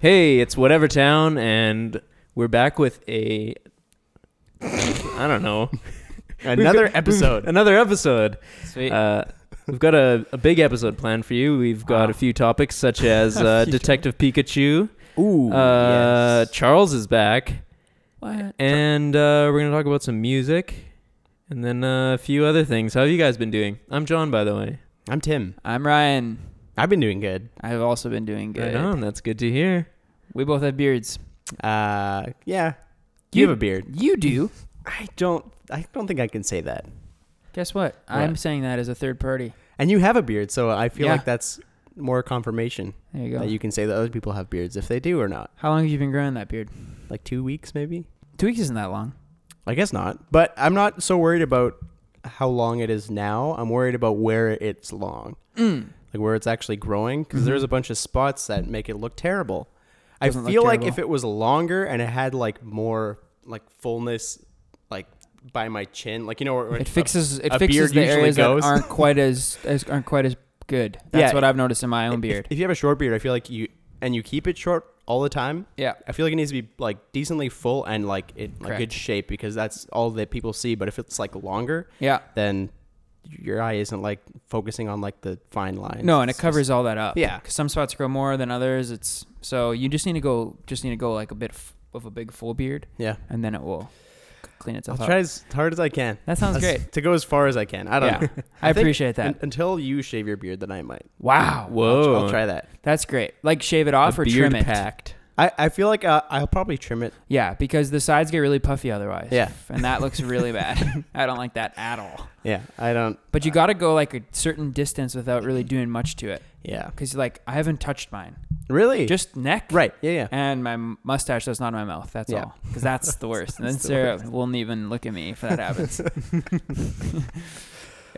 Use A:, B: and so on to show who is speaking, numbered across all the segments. A: Hey, it's whatever town, and we're back with a I don't know
B: Another episode.
A: another episode.
C: Sweet.
A: Uh, we've got a, a big episode planned for you. We've got
C: Wow.
A: a few topics such as uh, Detective Pikachu.
B: Ooh.
A: Uh,
C: yes.
A: Charles is back,
C: what?
A: and uh, we're gonna talk about some music, and then uh, a few other things. How have you guys been doing? I'm John, by the way.
B: I'm Tim.
C: I'm Ryan.
B: I've been doing good.
C: I've also been doing
A: Right
C: good.
A: on. That's good to hear.
C: We both have beards.
B: Uh, yeah. You,
C: You-
B: have a beard.
C: You do.
B: I don't. I don't think I can say that.
C: Guess what? I'm saying that as a third party.
B: And you have a beard, so I feel
C: Yeah.
B: like that's more confirmation
C: There you go.
B: that you can say that other people have beards if they do or not.
C: How long have you been growing that beard?
B: Like two weeks, maybe.
C: Two weeks isn't that long.
B: I guess not. But I'm not so worried about how long it is now. I'm worried about where it's long,
C: Mm.
B: like where it's actually growing, because
C: Mhm.
B: there's a bunch of spots that make it look terrible. I
C: Doesn't look
B: feel like
C: terrible.
B: if it was longer and it had like more like fullness, like by my chin, like you know, where,
C: It fixes. It
B: a
C: fixes
B: beard
C: the
B: usually
C: areas
B: goes.
C: that aren't quite as, as aren't quite as good. That's
B: Yeah.
C: what I've noticed in my own
B: If-
C: beard.
B: If, you have a short beard, I feel like you and you keep it short all the time.
C: Yeah.
B: I feel like it needs to be like decently full and like in like
C: Correct.
B: good shape because that's all that people see. But if it's like longer,
C: Yeah.
B: then your eye isn't like focusing on like the fine lines.
C: No, and it
B: It's
C: covers all that up.
B: Yeah.
C: Because some spots grow more than others. It's so you just need to go. Just need to go like a bit f- of a big full beard,
B: just- yeah.
C: and then it will c- clean
B: I'll
C: itself up.
B: try as hard as I can.
C: That sounds
B: As-
C: great.
B: To go as far as I can. I don't
C: Yeah.
B: know.
C: I,
B: think
C: appreciate that.
B: un- until you shave your beard, then I might.
C: wow.
B: I'll tr-
A: Whoa.
B: I'll, try that.
C: That's great. Like shave it off
A: A
C: or
A: beard
C: trim it.
A: packed.
B: I, I feel like uh, I'll probably trim it.
C: Yeah, because the sides get really puffy otherwise.
B: Yeah.
C: And that looks really bad. I don't like that at all.
B: Yeah. I don't.
C: But you got to go like a certain distance without really doing much to it.
B: Yeah.
C: Because like I haven't touched mine.
B: Really?
C: Just neck.
B: right. Yeah. Yeah.
C: And my m- mustache that's not in my mouth. That's
B: Yeah.
C: all. Because that's the worst. and then
B: the
C: Sarah won't even look at me if that happens.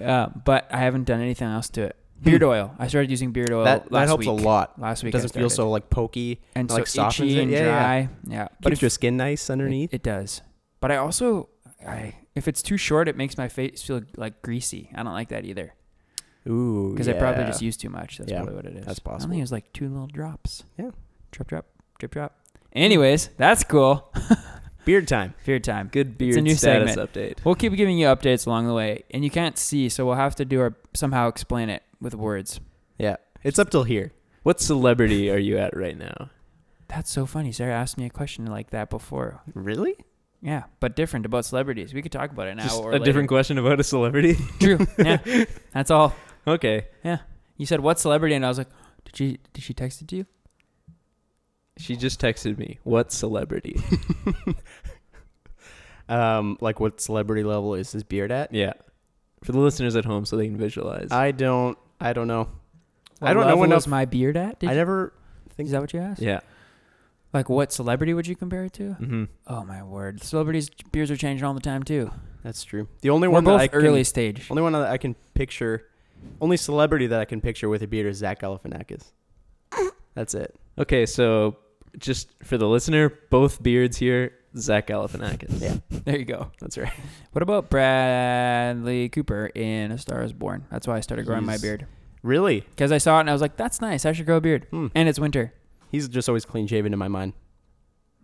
C: uh, but I haven't done anything else to it. Beard oil. I started using beard oil
B: Hmm. that that
C: last
B: helps a
C: week.
B: lot.
C: Last
B: It
C: week I
B: doesn't feel
C: started.
B: so like pokey.
C: and
B: like,
C: so
B: softens
C: itchy
B: it.
C: and
B: Yeah, yeah.
C: dry. Yeah,
B: But
C: but
B: keeps
C: if
B: your skin nice underneath.
C: It, it does. But I also, I if it's too short, it makes my face feel like greasy. I don't like that either
B: Ooh,
C: because I probably just used too much. That's
B: Yeah,
C: probably what it is.
B: that's
C: I
B: possible.
C: think it was like two little drops.
B: Yeah.
C: drip drop, drip drop. Anyways, that's cool.
B: beard time.
C: Fear time.
A: Good beard
C: It's a new
A: status
C: segment.
A: update.
C: We'll keep giving you updates along the way, and you can't see, so we'll have to do our somehow explain it with words.
B: Yeah, it's up till here.
A: What celebrity are you at right now?
C: That's so funny. Sarah asked me a question like that before.
B: Really?
C: Yeah, but different about celebrities. We could talk about it now.
A: Just
C: or
A: a
C: later.
A: different question about a celebrity.
C: True. Yeah. That's all.
A: okay,
C: You said what celebrity, and I was like, did she did she text it to you?
A: she just texted me. What celebrity?
B: Um, like what celebrity level is his beard at?
A: yeah, for the listeners at home, so they can visualize.
B: I don't. I don't know.
C: What
B: I don't know
C: level
B: enough-
C: is my beard at? Did
B: I
C: you-
B: never
C: is that what you asked?
A: yeah.
C: Like what celebrity would you compare it to?
A: Mm-hmm.
C: Oh my word, celebrities' beards are changing all the time too.
B: That's true. The only
C: We're
B: one that
C: both
B: I can,
C: early stage.
B: only one that I can picture, only celebrity that I can picture with a beard is Zach Galifianakis. That's it.
A: Okay, so just for the listener, both beards here. Zach Galifianakis.
B: Yeah.
C: There you go.
B: That's right.
C: What about Bradley Cooper in A Star Is Born? That's why I started growing my
B: He's-
C: beard
B: Really?
C: because I saw it and I was like, that's nice. I should grow a beard.
B: Hmm.
C: And it's winter.
B: He's just always clean shaven in my mind.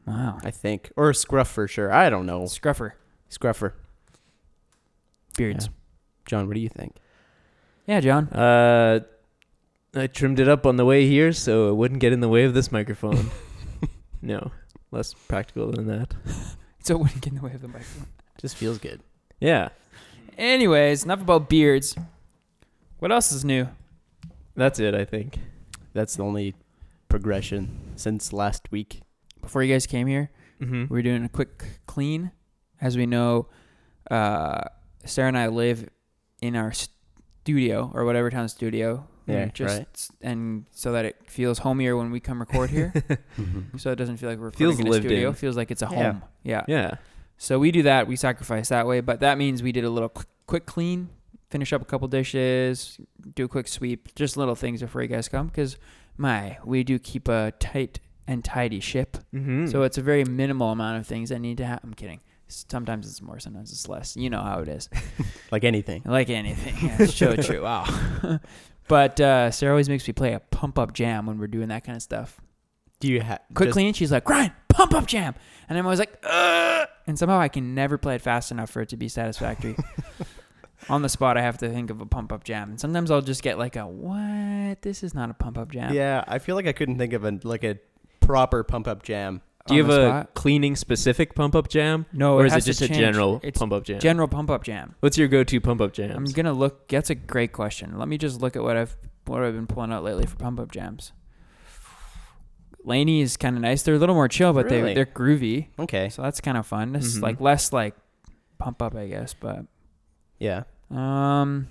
C: Wow.
B: I think, or a scruff for sure. I don't know.
C: Scruffer
B: Scruffer.
C: beards.
B: John, what do you think?
C: Yeah, John.
A: Uh, I trimmed it up on the way here, so it wouldn't get in the way of this microphone. no, less practical than that.
C: So it wouldn't get in the way of the microphone.
B: Just feels good.
A: Yeah,
C: Anyways, enough about beards. What else is new?
A: that's it. I think.
B: That's the only progression since last week.
C: Before you guys came here,
A: Mm-hmm.
C: We're doing a quick clean. As we know, uh, Sarah and I live in our studio or whatever town studio.
B: Yeah,
C: just
B: right.
C: s- and so that it feels homier when we come record here,
B: Mm-hmm.
C: so it doesn't feel like we're recording
A: Feels
C: in a
A: lived
C: studio.
A: in.
C: Feels like it's a
B: Yeah.
C: home. Yeah.
A: Yeah.
C: So we do that. We sacrifice that way, but that means we did a little qu- quick clean, finish up a couple dishes, do a quick sweep, just little things before you guys come. Because my, we do keep a tight and tidy ship.
A: Mm-hmm.
C: So it's a very minimal amount of things that need to happen. I'm kidding. Sometimes it's more, sometimes it's less. You know how it is.
B: like anything.
C: Like anything. Yeah, it's so true. Wow. but uh, Sarah always makes me play a pump up jam when we're doing that kind of stuff.
B: Do you have
C: Quick clean. She's like, grind, pump up jam. And I'm always like, Ugh! and somehow I can never play it fast enough for it to be satisfactory. On the spot, I have to think of a pump up jam. And sometimes I'll just get like a, what? This is not a pump up jam.
B: Yeah, I feel like I couldn't think of a like a proper pump up jam.
A: Do you
C: on
A: have
C: the
A: a
C: spot.
A: cleaning specific pump up jam,
C: No,
A: or is it
C: has to
A: just a
C: change.
A: general
C: It's
A: pump up jam?
C: general pump up jam.
A: What's your go to pump up
C: I'm
A: jams?
C: gonna look. That's a great question. Let me just look at what I've what I've been pulling out lately for pump up jams. Laney is kind of nice. They're a little more chill, but
B: Really?
C: they they're groovy.
B: Okay.
C: So that's kind of fun. This is
A: Mhm.
C: like less like pump up, I guess. But
B: Yeah.
C: um,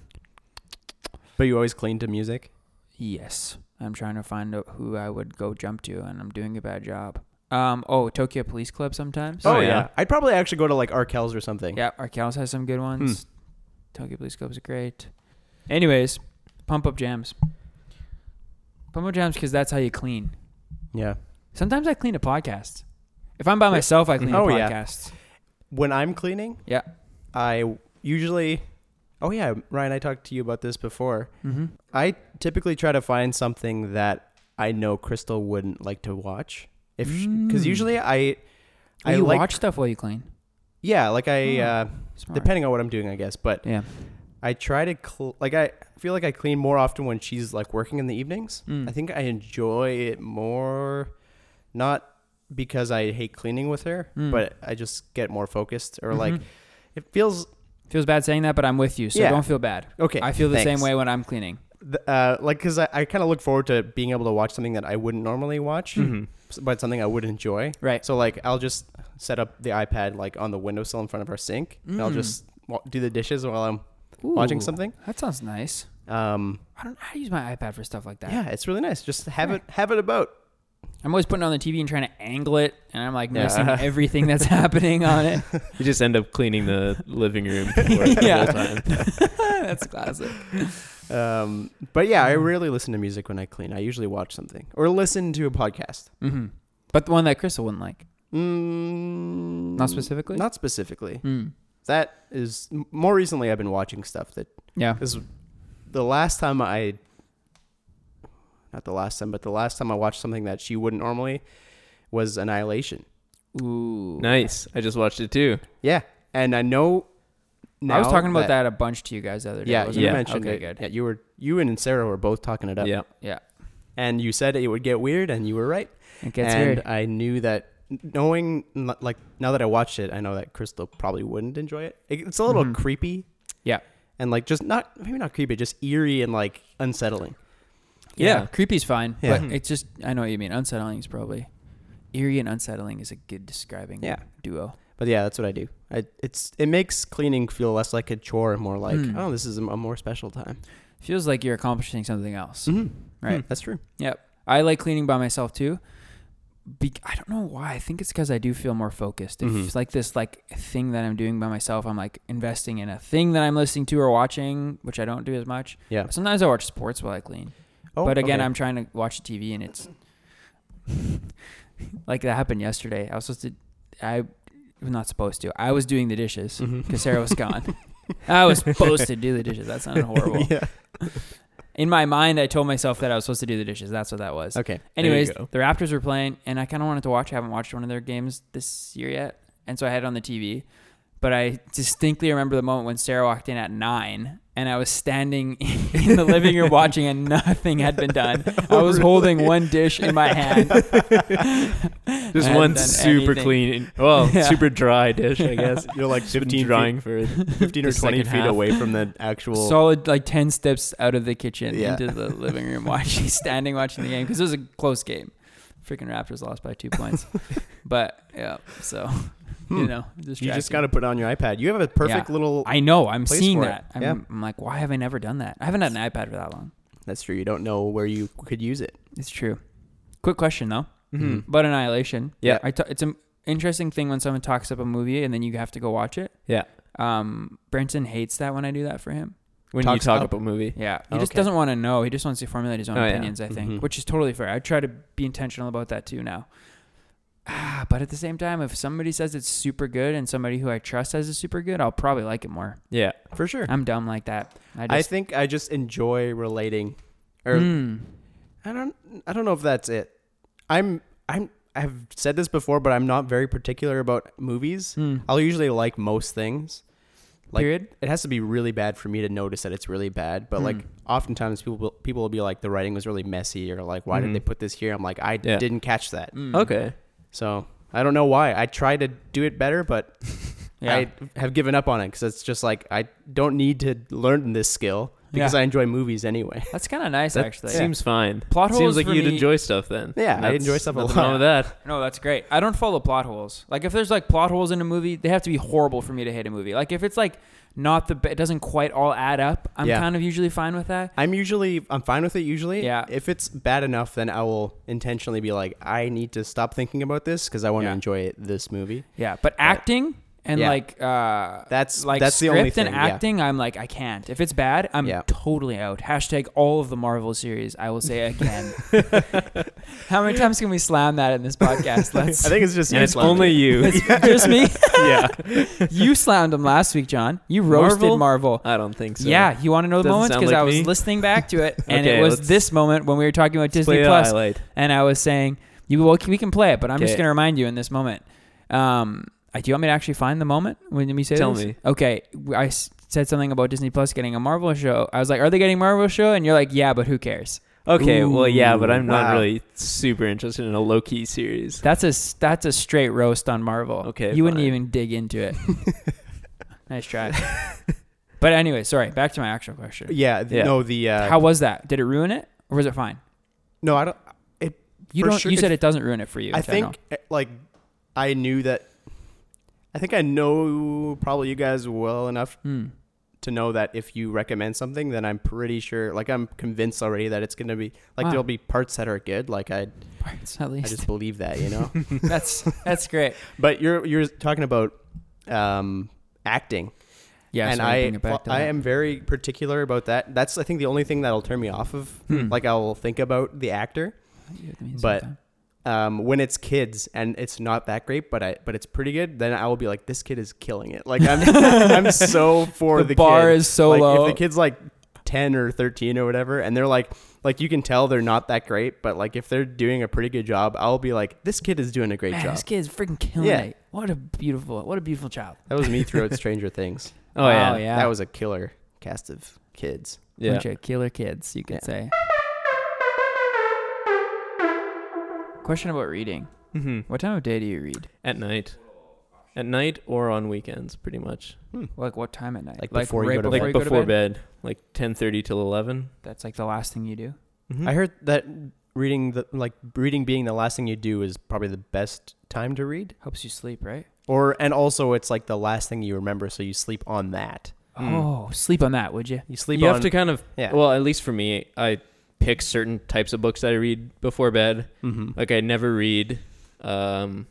B: But you always clean to music?
C: yes, I'm trying to find out who I would go jump to, and I'm doing a bad job. Um, oh, Tokyo Police Club sometimes.
A: Oh, yeah.
B: I'd probably actually go to like Arkells or something.
C: Yeah, Arkells has some good ones.
B: Hmm.
C: Tokyo Police Club's great. Anyways, pump up jams. Pump up jams because that's how you clean.
B: Yeah.
C: Sometimes I clean a podcast. If I'm by myself, I clean
B: Oh,
C: a
B: yeah.
C: podcast.
B: When I'm cleaning,
C: Yeah.
B: I usually Oh yeah, Ryan, I talked to you about this before.
C: Mm-hmm.
B: I typically try to find something that I know Crystal wouldn't like to watch. If cuz
C: Mm.
B: usually I I
C: you
B: like
C: watch stuff while you clean.
B: Yeah, like I
C: Hmm.
B: uh
C: Smart.
B: depending on what I'm doing, I guess, but
C: Yeah.
B: I try to cl- like I feel like I clean more often when she's like working in the evenings.
C: Mm.
B: I think I enjoy it more, not because I hate cleaning with her,
C: Mm.
B: but I just get more focused or like
C: Mhm.
B: it feels
C: feels bad saying that, but I'm with you, so
B: Yeah.
C: don't feel bad.
B: okay.
C: I feel the
B: thanks.
C: same way when I'm cleaning.
B: Th- Uh, like because I, I kind of look forward to being able to watch something that I wouldn't normally watch,
C: Mm-hmm.
A: Mhm.
B: s- but something I would enjoy.
C: Right.
B: So like I'll just set up the iPad like on the windowsill in front of our sink, and I'll
C: Mm.
B: just wa- do the dishes while I'm watching
C: Ooh,
B: something.
C: That sounds nice.
B: Um,
C: I don't. I use my iPad for stuff like that.
B: yeah, it's really nice. Just have
C: Right.
B: it have it about.
C: I'm always putting it on the TV and trying to angle it, and I'm like
A: Yeah.
C: missing everything that's happening on it.
A: You just end up cleaning the living room for the
C: Yeah.
A: whole time.
C: that's classic.
B: Um, but yeah, I
C: Mm.
B: rarely listen to music when I clean. I usually watch something or listen to a podcast.
C: hmm But the one that Crystal wouldn't like,
B: Mm,
C: not specifically.
B: Not specifically.
C: Mm.
B: That is m- more recently. I've been watching stuff that
C: Yeah.
B: is the last time I, not the last time, but the last time I watched something that she wouldn't normally was Annihilation.
C: Ooh.
A: Nice. I just watched it too.
B: Yeah, and I know. Now
C: I was talking about that, a bunch to you guys the other day.
B: Yeah,
C: wasn't
B: you
C: I?
A: Yeah.
B: mentioned
C: okay,
B: it.
C: good.
B: Yeah, you were you and Sarah were both talking it up.
A: Yeah.
C: Yeah,
B: and you said it would get weird, and you were right.
C: it gets
B: and
C: weird.
B: I knew that knowing, like, now that I watched it, I know that Crystal probably wouldn't enjoy it. It- It's a little
C: Mhm.
B: creepy.
C: Yeah.
B: And, like, just not, maybe not creepy, just eerie and, like, unsettling.
A: Yeah.
C: creepy's fine,
B: Yeah. Mm-hmm.
C: but it's just I know what you mean. Unsettling is probably eerie and unsettling is a good describing
B: Yeah.
C: duo.
B: But yeah, that's what I do. I, it's It makes cleaning feel less like a chore and more like,
C: Hmm.
B: oh, this is a, a more special time. Hmm,
C: Feels like you're accomplishing something else.
B: Mm-hmm.
C: Right.
B: That's true.
C: I like cleaning by myself too. Be- I don't know why. I think it's because I do feel more focused. If
B: Mhm.
C: it's like this like thing that I'm doing by myself, I'm like investing in a thing that I'm listening to or watching, which I don't do as much.
B: Yeah.
C: Sometimes I watch sports while I clean.
B: Oh,
C: but again,
B: okay.
C: I'm trying to watch TV and it's like that happened yesterday. I was supposed to, I was not supposed to. I was doing the dishes
B: Mhm.
C: because Sarah was gone. I was supposed to do the dishes. That sounded horrible.
B: yeah.
C: In my mind, I told myself that I was supposed to do the dishes. That's what that was.
B: Okay.
A: There you
C: Anyways,
A: go.
C: the Raptors were playing, and I kind of wanted to watch. I haven't watched one of their games this year yet, and so I had it on the TV. But I distinctly remember the moment when Sarah walked in at nine, and I was standing in the living room watching, and nothing had been done.
B: Oh,
C: I was holding one dish in my hand.
A: Just
C: haven't
A: one
C: done
A: super
C: anything.
A: clean, well,
C: Yeah.
A: super dry dish, I guess.
B: You're like
A: It's been
B: 15 feet,
A: drying for
B: 15 or
A: the
B: 20
A: second
B: feet
A: half.
B: away from the actual.
C: Solid, like ten steps out of the kitchen
B: Yeah.
C: into the living room, watching, standing watching the game because it was a close game. Freaking Raptors lost by two points, but yeah, so
B: Hmm.
C: you know,
B: you just
C: distracting.
B: got to put it on your iPad. You have a perfect little.
C: I know. I'm
B: place
C: seeing
B: for it.
C: that. I'm,
B: Yeah.
C: I'm like, why have I never done that? I haven't had an iPad for that long.
B: that's true. You don't know where you could use it.
C: It's true. Quick question though,
B: Mm-hmm.
A: Mhm.
C: but Annihilation.
A: Yeah.
C: I ta- it's an interesting thing when someone talks up a movie and then you have to go watch it.
A: Yeah.
C: Um, Brenton hates that when I do that for him.
A: When you
B: Talks
A: talk
B: up.
A: about movie.
C: Yeah, he just
B: Okay.
C: doesn't want to know. He just wants to formulate his own
A: Oh, yeah.
C: opinions. I think,
B: Mhm.
C: which is totally fair. I try to be intentional about that too now. Ah, but at the same time, if somebody says it's super good and somebody who I trust says it's super good, I'll probably like it more.
A: Yeah.
B: For sure.
C: I'm dumb like that. I
B: I
C: just
B: think I just enjoy relating, or
A: er,
C: Mm.
B: I don't. I don't know if that's it. I'm. I'm I've said this before, but I'm not very particular about movies.
C: Hmm.
B: I'll usually like most things. Like,
C: Period.
B: It has to be really bad for me to notice that it's really bad. But like
C: Hmm.
B: oftentimes people will, people will be like the writing was really messy or like why
A: Mhm.
C: Hmm.
B: did they put this here? I'm like I
A: Yeah.
B: didn't catch that.
C: Mm.
A: Okay.
B: So I don't know why. I try to do it better, but
C: Yeah.
B: I have given up on it because it's just like I don't need to learn this skill because
C: Yeah.
B: I enjoy movies anyway.
C: That's kind of nice,
A: That
C: actually.
A: seems fine.
C: Plot holes
A: seems like
C: for
A: you'd
C: me-
A: enjoy stuff then.
B: Yeah, I enjoy stuff a
A: nothing
B: lot.
A: Wrong with that.
C: No, that's great. I don't follow plot holes. Like if there's like plot holes in a movie, they have to be horrible for me to hate a movie. Like if it's like not the be- it doesn't quite all add up, I'm
B: Yeah.
C: kind of usually fine with that.
B: I'm usually I'm fine with it usually.
C: Yeah.
B: If it's bad enough, then I will intentionally be like, I need to stop thinking about this because I want to
C: Yeah.
B: enjoy it, this movie.
C: Yeah, but acting and
B: Yeah.
C: like uh
B: That's-
C: like
B: that's the
C: script
B: only thing,
C: and
B: yeah.
C: acting, I'm like I can't. If it's bad, I'm
B: Yeah.
C: totally out. Hashtag all of the Marvel series. I will say again. How many times can we slam that in this podcast? Let's.
B: I think it's just
A: And it's only you.
C: it's just me.
A: yeah.
C: You slammed him last week, John. You roasted
A: Marvel?
C: Marvel.
A: I don't think so.
C: Yeah, you want to know the
A: Doesn't
C: moments
A: sound
C: because
A: like
C: I was
A: me.
C: listening back to it, and
A: Okay,
C: it was
A: let's-
C: this moment when we were talking about
A: Play
C: Disney
A: the
C: Plus,
A: highlight.
C: and I was saying, "You well, we can play it, but I'm just
A: Okay.
C: going to remind you in this moment." Um, uh, do you want me to actually find the moment when we say
A: Tell
C: this?
A: me.
C: Okay, w- I s- said something about Disney Plus getting a Marvel show. I was like, "Are they getting Marvel show?" And you're like, "Yeah, but who cares?"
A: Okay, well, yeah, but
B: Ooh,
A: I'm not
B: wow.
A: really super interested in a low key series.
C: That's a s- that's a straight roast on Marvel.
A: Okay,
C: you wouldn't
A: fine.
C: even dig into it. nice try. but anyway, sorry. Back to my actual question.
B: Yeah, th-
A: Yeah.
B: No, the uh,
C: How was that? Did it ruin it, or was it fine?
B: No, I don't.
C: You
B: For
C: don't.
B: sure,
C: you
B: it-
C: said it doesn't ruin it for you.
B: I
C: which know.
B: think eh, like I knew that. I think I know probably you guys well enough
C: Hmm.
B: to know that if you recommend something, then I'm pretty sure, like I'm convinced already that it's gonna be like
C: Wow.
B: there'll be parts that are good. Like I,
C: Parts at
B: I
C: least.
B: just believe that, you know.
C: that's that's great.
B: But you're you're talking about um, acting,
C: Yeah.
B: and
C: sorry,
B: I
C: bring it back to
B: I
C: that.
B: am very particular about that. That's I think the only thing that'll turn me off of.
C: Hmm.
B: Like I'll think about the actor
C: You have to mean
B: but-
C: sometime.
B: um, when it's kids and it's not that great, but I but it's pretty good. Then I will be like, this kid is killing it. Like I'm I'm so for
C: the,
B: the,
C: bar
B: kid.
C: is so
B: like,
C: low.
B: If the kid's like ten or thirteen or whatever, and they're like like you can tell they're not that great, but like if they're doing a pretty good job, I'll be like, this kid is doing a great
C: Man,
B: job.
C: this kid's freaking killing
B: Yeah.
C: it. What a beautiful, what a beautiful child.
B: That was me throughout Stranger Things.
A: Oh,
C: Wow,
A: yeah.
C: yeah.
B: That was a killer cast of kids.
A: Yeah.
C: Bunch of killer kids, you could
B: Yeah.
C: say. Question about reading.
A: hmm
C: What time of day do you read?
A: At night. At night or on weekends, pretty much.
C: Like what time at night?
B: Like before you
C: right
B: go to
C: before,
A: like
C: you go
A: before
C: to bed?
A: bed. like 10:30 till 11.
C: That's like the last thing you do.
A: Mhm.
B: I heard that reading the like reading being the last thing you do is probably the best time to read.
C: Helps you sleep, right?
B: Or and also it's like the last thing you remember, so you sleep on that.
A: Mm.
C: Oh, sleep on that, would you?
B: You sleep
A: you
B: on
A: have to kind of
B: yeah.
A: well, at least for me, I pick certain types of books that I read before bed.
B: mm-hmm.
A: Like I never read um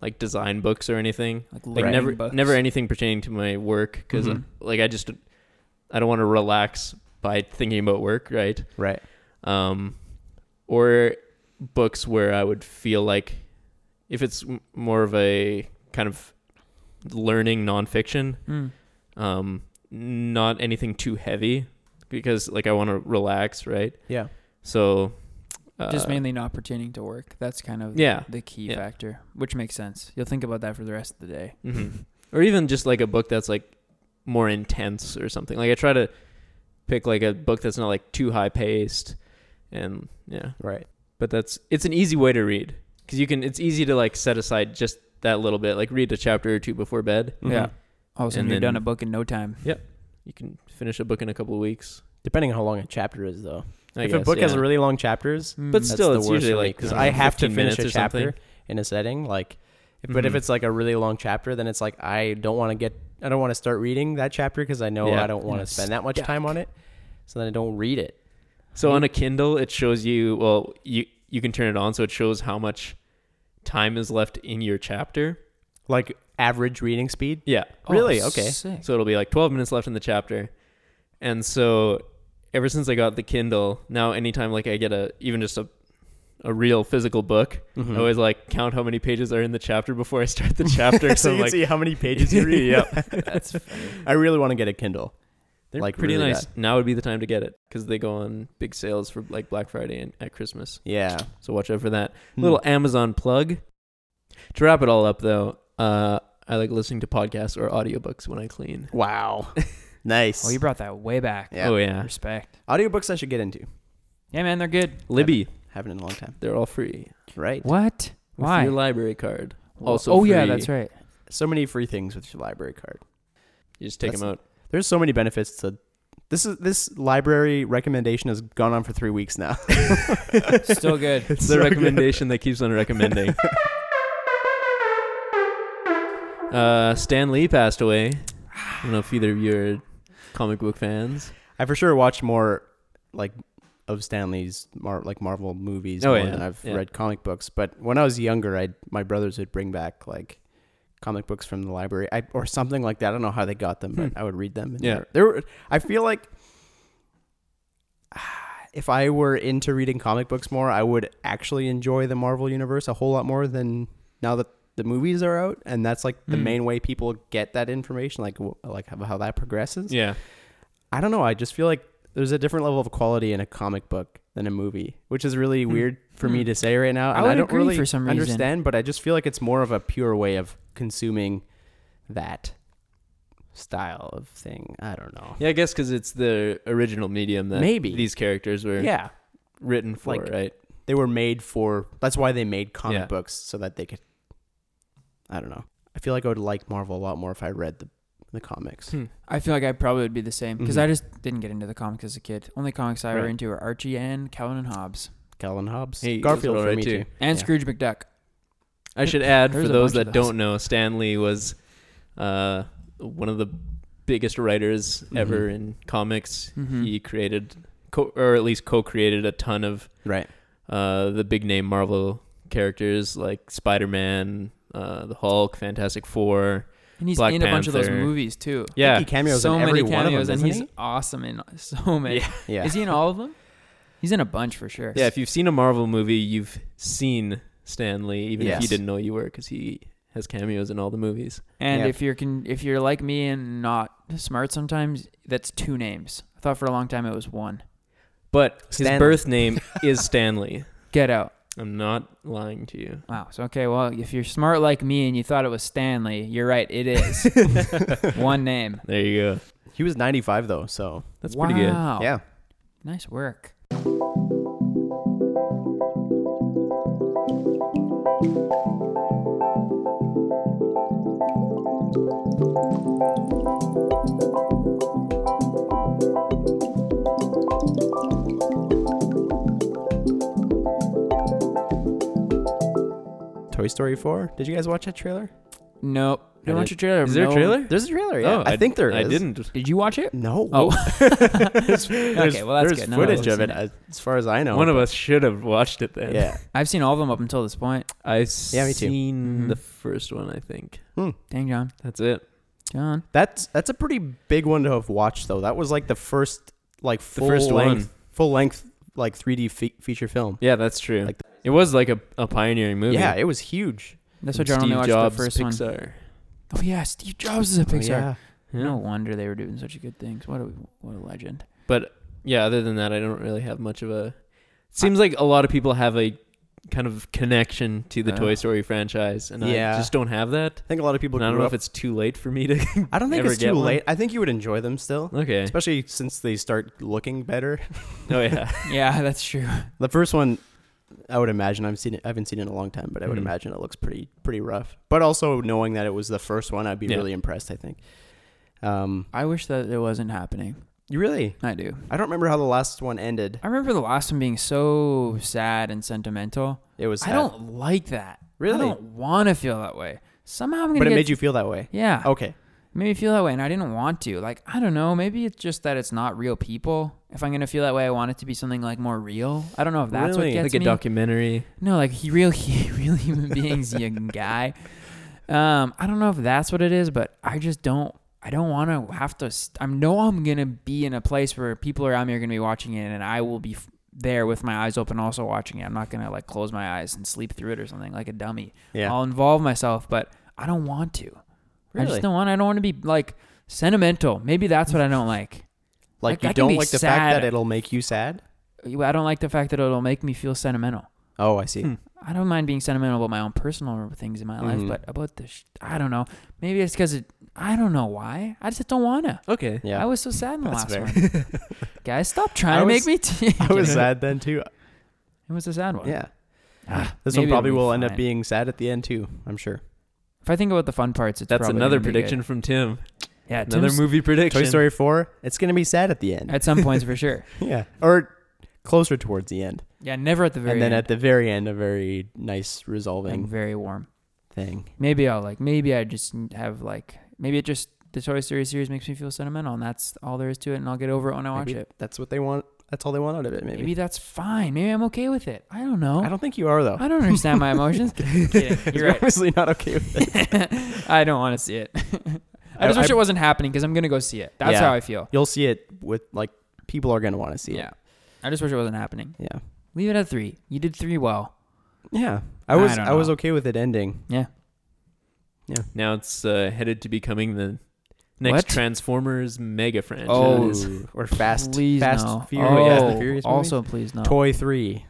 A: like design books or anything. Like
C: learning
A: never
C: books.
A: never anything pertaining to my work because
C: Mhm.
A: like I just I don't want to relax by thinking about work, right?
B: right.
A: um, or books where I would feel like if it's m- more of a kind of learning nonfiction,
C: Mm.
A: um, not anything too heavy because like I want to relax, right?
B: Yeah.
A: So uh,
C: just mainly not pertaining to work. That's kind of
A: Yeah.
C: the key
A: Yeah.
C: factor, which makes sense. You'll think about that for the rest of the day.
A: mhm. or even just like a book that's like more intense or something. Like I try to pick like a book that's not like too high paced, and yeah.
B: Right.
A: but that's it's an easy way to read because you can it's easy to like set aside just that little bit like read a chapter or two before bed
B: Mm-hmm.
C: Yeah. All of a sudden,
A: And
C: you're done
A: then-
C: a book in no time.
A: you can finish a book in a couple of weeks
B: Depending on how long a chapter is, though.
A: I
B: if a
A: guess,
B: book has
A: yeah.
B: really long chapters,
C: Mm.
A: but
B: that's
A: still
B: the
A: it's
B: worst
A: usually
B: for me,
A: like
B: 'cause
A: I,
B: I
A: don't know,
B: have to
A: 15
B: finish
A: minutes
B: a
A: or something.
B: chapter in a setting, like, if- but if
A: Mhm.
B: it's like a really long chapter, then it's like I don't want to get, I don't want to start reading that chapter because I know
A: Yeah.
B: I don't want
C: Yeah,
B: to spend that much time on it. So then I don't read it.
A: so on a kindle it shows you well you you can turn it on so it shows how much time is left in your chapter
B: Like average reading speed.
A: yeah
B: really? Okay.
C: sick.
A: so it'll be like 12 minutes left in the chapter and so ever since i got the kindle now anytime like i get a even just a a real physical book
B: Mhm.
A: I always like count how many pages are in the chapter before I start the chapter.
B: so
A: so
B: you
A: I'm
B: can
A: like,
B: see how many pages you read.
A: Yep.
B: I really want to get a Kindle.
A: They're
B: Like,
A: pretty
B: really
A: nice. Now would be the time to get it because they go on big sales for like Black Friday and at Christmas.
B: Yeah.
A: So watch out for that.
B: Hmm.
A: Little Amazon plug. To wrap it all up, though, uh, I like listening to podcasts or audiobooks when I clean.
B: Wow. nice.
C: Oh, you brought that way back.
B: Yeah.
A: Oh yeah,
C: Respect.
B: Audiobooks I should get into.
C: Yeah, man, they're good.
A: Libby,
B: Haven't in a long time.
A: they're all free.
B: Right.
C: What?
A: With
C: Why?
A: your library card?
C: Well,
A: also
C: oh yeah,
A: free.
C: that's right.
B: So many free things with your library card.
A: You just take
B: That's-
A: them out.
B: There's so many benefits to this is this library recommendation has gone on for three weeks now.
C: Still good.
A: It's the recommendation that keeps on recommending. uh, Stan Lee passed away. I don't know if either of you are comic book fans.
B: I for sure watch more like of Stanley's Mar- like Marvel movies
A: Oh,
B: more
A: yeah,
B: than I've
A: yeah.
B: read comic books. But when I was younger, I my brothers would bring back like comic books from the library I, or something like that. I don't know how they got them, but I would read them. and
A: Hmm. Yeah.
B: there- there were. I feel like if I were into reading comic books more, I would actually enjoy the Marvel universe a whole lot more than now that the movies are out, and that's like the
C: Hmm.
B: main way people get that information, like w- like how, how that progresses.
A: Yeah,
B: I don't know. I just feel like there's a different level of quality in a comic book than a movie, which is really
A: Hmm.
B: weird for
C: Hmm.
B: me to say right now.
C: I
B: And
C: would
B: don't
C: agree
B: really
C: for some reason.
B: understand, but I just feel like it's more of a pure way of consuming that style of thing. I don't know.
A: yeah. I guess because it's the original medium that
B: Maybe.
A: these characters were
B: Yeah.
A: written for,
B: Like-
A: right?
B: They were made for that's why they made comic
A: Yeah.
B: books so that they could I don't know. I feel like I would like Marvel a lot more if I read the the comics.
C: I feel like I probably would be the same because
B: Mhm.
A: Mm-hmm.
C: I just didn't get into the comics as a kid. Only comics I were
B: Right.
C: into were Archie and Calvin and Hobbes
B: Calvin Hobbes,
A: Hey, that's
B: Garfield
A: all
B: for
A: right,
B: me
A: too.
B: too.
C: and
B: Yeah.
C: Scrooge McDuck.
A: I should add
C: There's
A: for
C: a
A: those
C: bunch of
A: that
C: those.
A: don't know, Stanley was uh, one of the biggest writers
C: Mm-hmm.
A: ever
B: Mhm.
A: in comics.
C: Mhm.
A: He created, co- or at least co-created, a ton of
B: Right.
A: uh, the big name Marvel characters like Spider-Man, uh, the Hulk, Fantastic Four.
C: And he's
A: Black
C: in a bunch of those
A: Panther.
C: movies too.
A: Yeah,
B: He cameos
C: so
B: in
C: many
B: every
C: cameos,
B: one of them,
C: and
B: isn't
C: he's awesome in so many.
B: he? Yeah.
C: Is he in all of them? He's in a bunch for sure.
A: yeah. If you've seen a Marvel movie, you've seen Stanley, even if you
B: Yes.
A: didn't know you were, because he has cameos in all the movies.
C: And
B: Yeah.
C: if you're can, if you're like me and not smart sometimes, that's two names. I thought for a long time it was one.
A: But his
B: Stanley.
A: birth name is Stanley.
C: Get out.
A: I'm not lying to you.
C: Wow. So okay, well, if you're smart like me and you thought it was Stanley, you're right. It is one name.
A: There you go.
B: He was 95 though, so
A: That's pretty good.
C: Wow.
B: yeah.
C: Nice work.
B: Toy Story 4. Did you guys watch that trailer?
C: Nope.
A: I
C: Don't watch your
A: did-
C: trailer.
A: Is there a
C: No.
A: trailer?
B: There's a trailer, yeah.
A: Oh,
B: I, think there is.
A: I didn't.
C: Did you watch it?
B: No.
C: Oh.
B: There's-
C: okay. Well, that's
B: there's
C: good. None of us
B: footage of
C: have
B: it,
C: seen
B: as as far as I know.
A: One of us should have watched it then.
B: Yeah.
C: I've seen all of them up until this point.
A: I've
B: Yeah, me too. Mm-hmm.
A: seen
C: Mhm.
A: the first one, I think.
C: Dang, John.
A: That's it.
C: John.
B: That's that's a pretty big one to have watched though. That was like the first like
A: The
B: full
A: first
B: length
A: one.
B: full length like 3D fe- feature film.
A: Yeah, that's true.
B: Like
A: it was like a, a pioneering movie.
B: Yeah, it was huge.
C: That's why
A: From
C: John
A: Steve
C: only watched
A: Jobs,
C: the first one.
A: Pixar.
C: Oh yeah, Steve Jobs is a Pixar.
B: Oh, yeah.
A: Yeah.
C: No wonder they were doing such good things. What a what a legend.
A: But yeah, other than that, I don't really have much of a. It seems like a lot of people have a kind of connection to the
C: Uh,
A: Toy Story franchise, and I
B: yeah.
A: just don't have that.
B: I think a lot of people
A: And I don't
B: grew
A: know
B: up-
A: if it's too late for me to.
B: I don't think
A: ever
B: it's
A: get
B: too
A: one.
B: late. I think you would enjoy them still,
A: okay.
B: especially since they start looking better.
A: Oh yeah.
C: yeah, that's true.
B: The first one, I would imagine I've seen it. I haven't seen it in a long time, but I would
C: Mm-hmm.
A: Mhm.
B: imagine it looks pretty pretty rough. But also knowing that it was the first one, I'd be
A: Yeah.
B: really impressed. I think. Um,
C: I wish that it wasn't happening.
B: you really?
C: I do.
B: I don't remember how the last one ended.
C: I remember the last one being so sad and sentimental.
B: It was.
C: I
B: sad.
C: don't like that. I
B: Really?
C: don't want to feel that way. Somehow I'm gonna.
B: But it
C: get-
B: made you Oh. feel that way.
C: Yeah.
B: Okay.
C: It made me feel that way, and I didn't want to. Like I don't know. Maybe it's just that it's not real people. If I'm gonna feel that way, I want it to be something like more real. I don't know if that's
B: Really?
C: what gets
A: like
C: me.
A: a documentary.
C: No, like he real he real human beings, young guy. Um, I don't know if that's what it is, but I just don't. I don't want to have to. St- I know I'm gonna be in a place where people around me are gonna be watching it, and I will be f- there with my eyes open, also watching it. I'm not gonna like close my eyes and sleep through it or something like a dummy.
B: Yeah.
C: I'll involve myself, but I don't want to. I
B: Really?
C: just don't want. I don't want to be like sentimental. Maybe that's what I don't like.
B: Like
C: I-
B: you
C: I can
B: don't
C: be
B: like the
C: sad.
B: fact that it'll make you sad?
C: I don't like the fact that it'll make me feel sentimental.
B: Oh, I see.
A: Hmm.
C: I don't mind being sentimental about my own personal things in my life,
B: Mhm.
C: but about this, sh- I don't know. Maybe it's because it, I don't know why. I just don't wanna.
A: Okay.
B: Yeah.
C: I was so sad in the
A: That's
C: last one. Guys, stop trying
B: I
C: to
B: was-
C: make me. T-
B: I was sad then too.
C: It was a sad one.
B: Yeah.
C: Ah,
B: This
C: maybe
B: one probably
C: it'll be
B: will end up
C: fine.
B: being sad at the end too, I'm sure.
C: If I think about the fun parts, it's
A: That's
C: probably
A: another
C: gonna be
A: prediction from Tim.
C: good. Yeah,
A: Another
C: Tim's-
A: movie prediction.
B: Toy Story 4, it's going to be sad at the end.
C: at some points for sure.
B: yeah. Or closer towards the end.
C: Yeah, never at the very
B: and then
C: end.
B: at the very end a very nice
C: I'm
B: resolving
C: very warm.
B: thing.
C: Maybe I'll like. Maybe I just have like. Maybe it just the Toy Story series makes me feel sentimental, and that's all there is to it. And I'll get over it when I watch
B: Maybe
C: it.
B: That's what they want. That's all they want out of it
C: Maybe.
B: maybe.
C: that's fine. Maybe I'm okay with it. I don't know.
B: I don't think you are though.
C: I don't understand my emotions. Kidding. You're
B: You're
C: right.
B: obviously not okay with it.
C: I don't want to see it. I
B: I-
C: just wish
B: I-
C: it wasn't happening because I'm gonna go see it. That's
B: Yeah.
C: how I feel.
B: You'll see it with like people are going to want to see
C: Yeah. I just wish it wasn't happening.
B: it. Yeah.
C: Leave it at three. You did three well.
B: Yeah. I
C: I
B: was
C: don't
B: I, was
C: know.
B: okay with it ending.
A: Now it's uh, headed to becoming the next
C: What?
A: Transformers mega franchise.
C: Oh,
B: Ooh. or Fast
C: please
B: Fast
C: no.
B: Furious,
C: Oh,
B: Fast and the Furious movie?
C: also please no.
B: Toy 3.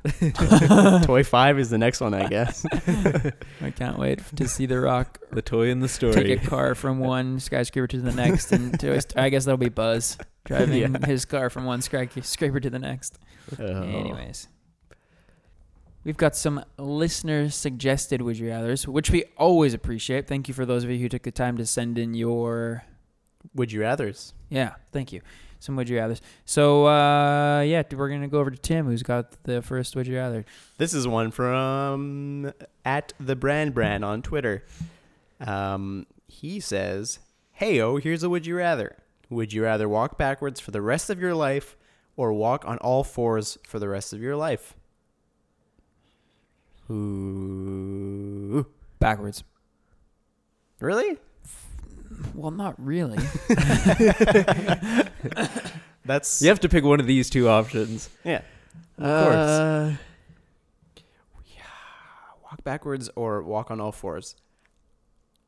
B: Toy 5 is the next one, I guess.
C: I can't wait to see The Rock
A: the toy in the story.
C: take a car from one skyscraper to the next, and to, I guess that'll be Buzz driving his car from one skyscraper to the next.
B: Oh.
C: Anyways, we've got some listener suggested would you rather's, which we always appreciate. Thank you for those of you who took the time to send in your
B: Would you rather's?
C: yeah. Thank you. Some would you rather's. So uh, yeah, we're gonna go over to Tim, who's got the first would you rather.
B: This is one from at the brand brand on Twitter. Um, he says, "Hey, oh, here's a would you rather. Would you rather walk backwards for the rest of your life, or walk on all fours for the rest of your life?" Ooh,
C: Backwards.
B: really?
C: Well, not really.
B: That's
A: You have to pick one of these two options.
B: yeah.
A: Of course.
B: Walk backwards or walk on all fours.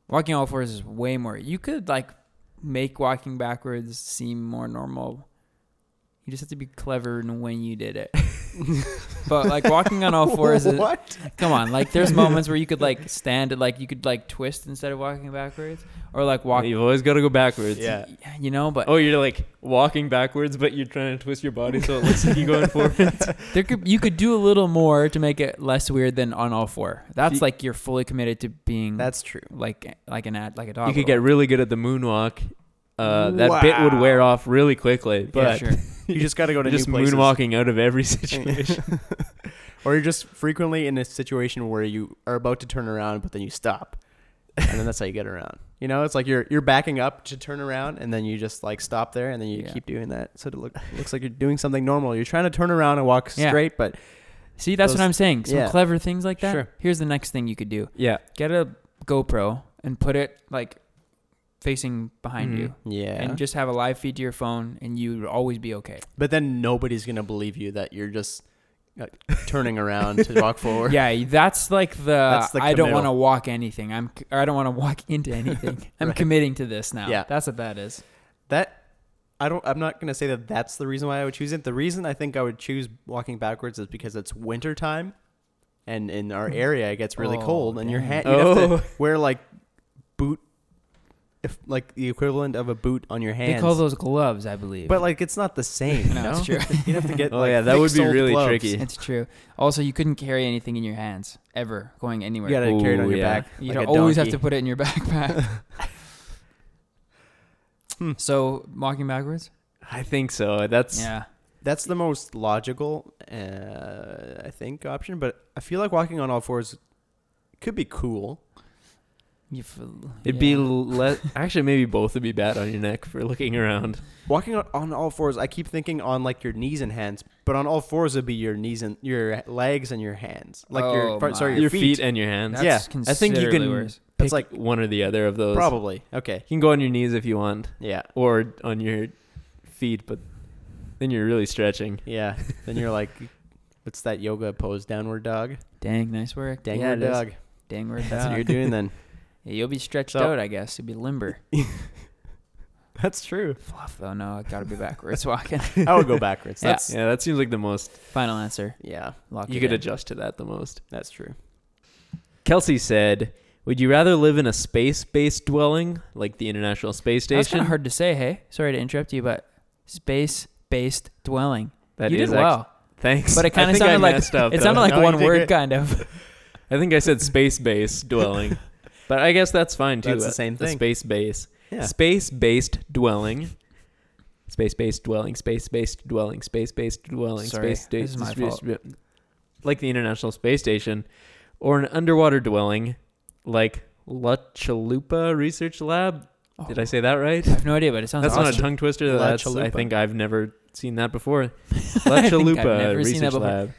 C: Walking all fours is way more. You could like make walking backwards seem more normal. You just have to be clever in when you did it. but like walking on all fours is
B: what?
C: come on. Like there's moments where you could like stand it like you could like twist instead of walking backwards or like walk
A: You've always got to go backwards.
B: Yeah.
C: you know, but
A: Oh, you're like walking backwards, but you're trying to twist your body so it looks like you're going forward.
C: there could you could do a little more to make it less weird than on all four. That's
A: You-
C: like you're fully committed to being
B: That's true.
C: like like an ad like a dog.
A: you could get
C: would.
A: really good at the moonwalk. Uh, that bit would wear
B: Wow.
A: off really quickly,
C: yeah,
A: but
C: sure.
B: You just got to go to
A: you're just
B: new places.
A: moonwalking out of every situation.
B: or you're just frequently in a situation where you are about to turn around, but then you stop, and then that's how you get around. You know, it's like you're you're backing up to turn around, and then you just like stop there, and then you
C: Yeah.
B: keep doing that. So it look, looks like you're doing something normal. You're trying to turn around and walk
C: Yeah.
B: straight, but
C: See, that's what
B: Those-
C: I'm saying. Some
B: yeah.
C: clever things like that.
B: Sure.
C: Here's the next thing you could do.
A: yeah,
C: get a GoPro and put it like facing behind
A: Mhm.
C: you
B: yeah.
C: and just have a live feed to your phone and you would always be okay.
B: but then nobody's gonna believe you that you're just uh, turning around to walk forward.
C: yeah, that's like the,
B: That's the
C: I don't want to
B: committal.
C: walk anything. I'm c- or I don't want to walk into anything. I'm
B: Right.
C: committing to this now.
B: Yeah.
C: That's what that is.
B: That I don't. I'm not gonna say that that's the reason why I would choose it. The reason I think I would choose walking backwards is because it's winter time, and in our area it gets really
C: Oh,
B: cold, and your
C: dang.
B: hand you have
A: Oh.
B: to wear like boot, if like the equivalent of a boot on your hands.
C: They call those gloves, I believe.
B: but like it's not the same.
C: No,
B: no,
C: it's true.
B: you have to get.
A: Oh,
B: like,
A: yeah, that would be
B: thick-soled
A: really
B: gloves.
A: tricky.
C: it's true. Also, you couldn't carry anything in your hands ever going anywhere.
B: You gotta carry it on
A: Ooh,
B: your
A: yeah.
B: back.
C: You
B: like
C: don't
B: a
C: always have to
B: donkey.
C: put it in your backpack.
B: Hmm.
C: So walking backwards?
A: I think so. That's
C: Yeah.
B: That's the most logical, uh, I think, option. But I feel like walking on all fours could be cool.
C: You feel-
A: it'd
C: yeah.
A: be less. Actually, maybe both would be bad on your neck for looking around.
B: Walking on, on all fours, I keep thinking on like your knees and hands, but on all fours would be your knees and your legs and your hands, like
C: Oh
B: your fr- sorry
C: my.
B: your,
A: Your feet.
B: feet.
A: and your hands.
B: Yeah,
C: That's
A: I think you
C: considerably
A: can
C: worse.
A: pick
B: That's like-
A: one or the other of those.
B: Probably okay.
A: You can go on your knees if you want,
B: Yeah,
A: or on your feet, but then you're really stretching.
B: yeah. then you're like, what's that yoga pose? Downward dog.
C: Dang, nice work.
B: Downward
C: it is.
B: dog.
C: Dangward
B: That's what
C: dog.
B: you're doing then.
C: Yeah, you'll be stretched
B: So-
C: out, I guess. You'll be limber.
B: That's true.
C: Fluff though, no, I gotta be backwards walking.
B: I would go backwards.
C: Yeah.
B: That's
A: Yeah, that seems like the most.
C: Final answer.
B: yeah.
C: Lock
A: You
C: it
A: could
C: in.
A: adjust to that the most.
B: That's true.
A: Kelsey said, "Would you rather live in a space-based dwelling like the International Space
C: That's kind
A: Station?"
C: of hard to say. Hey, sorry to interrupt you, but space-based dwelling.
A: That
C: you
A: is
C: did
A: act-
C: well,
A: thanks.
C: but
A: I
C: it kind of
A: think I
C: sounded like
A: messed up,
C: it
A: though.
C: sounded like
B: No, you
C: one
B: did
C: word
B: good.
C: kind of.
A: I think I said space-based dwelling, but I guess that's fine too.
B: That's the
A: uh,
B: same
A: The
B: thing.
A: space base,
B: Yeah.
A: space-based dwelling, space-based dwelling, space-based dwelling, space-based dwelling,
C: Sorry,
A: space
C: this is my fault.
A: like the International Space Station, or an underwater dwelling like La Chalupa Research Lab. Did I say that right?
C: I have no idea, but it Oh. sounds
A: That's
C: awesome.
A: not a tongue twister.
B: La
A: That's I
B: Chalupa.
A: think I've never seen that before. La
C: I think I've
A: Chalupa
C: never
A: uh, Research
C: seen that before.
A: Lab.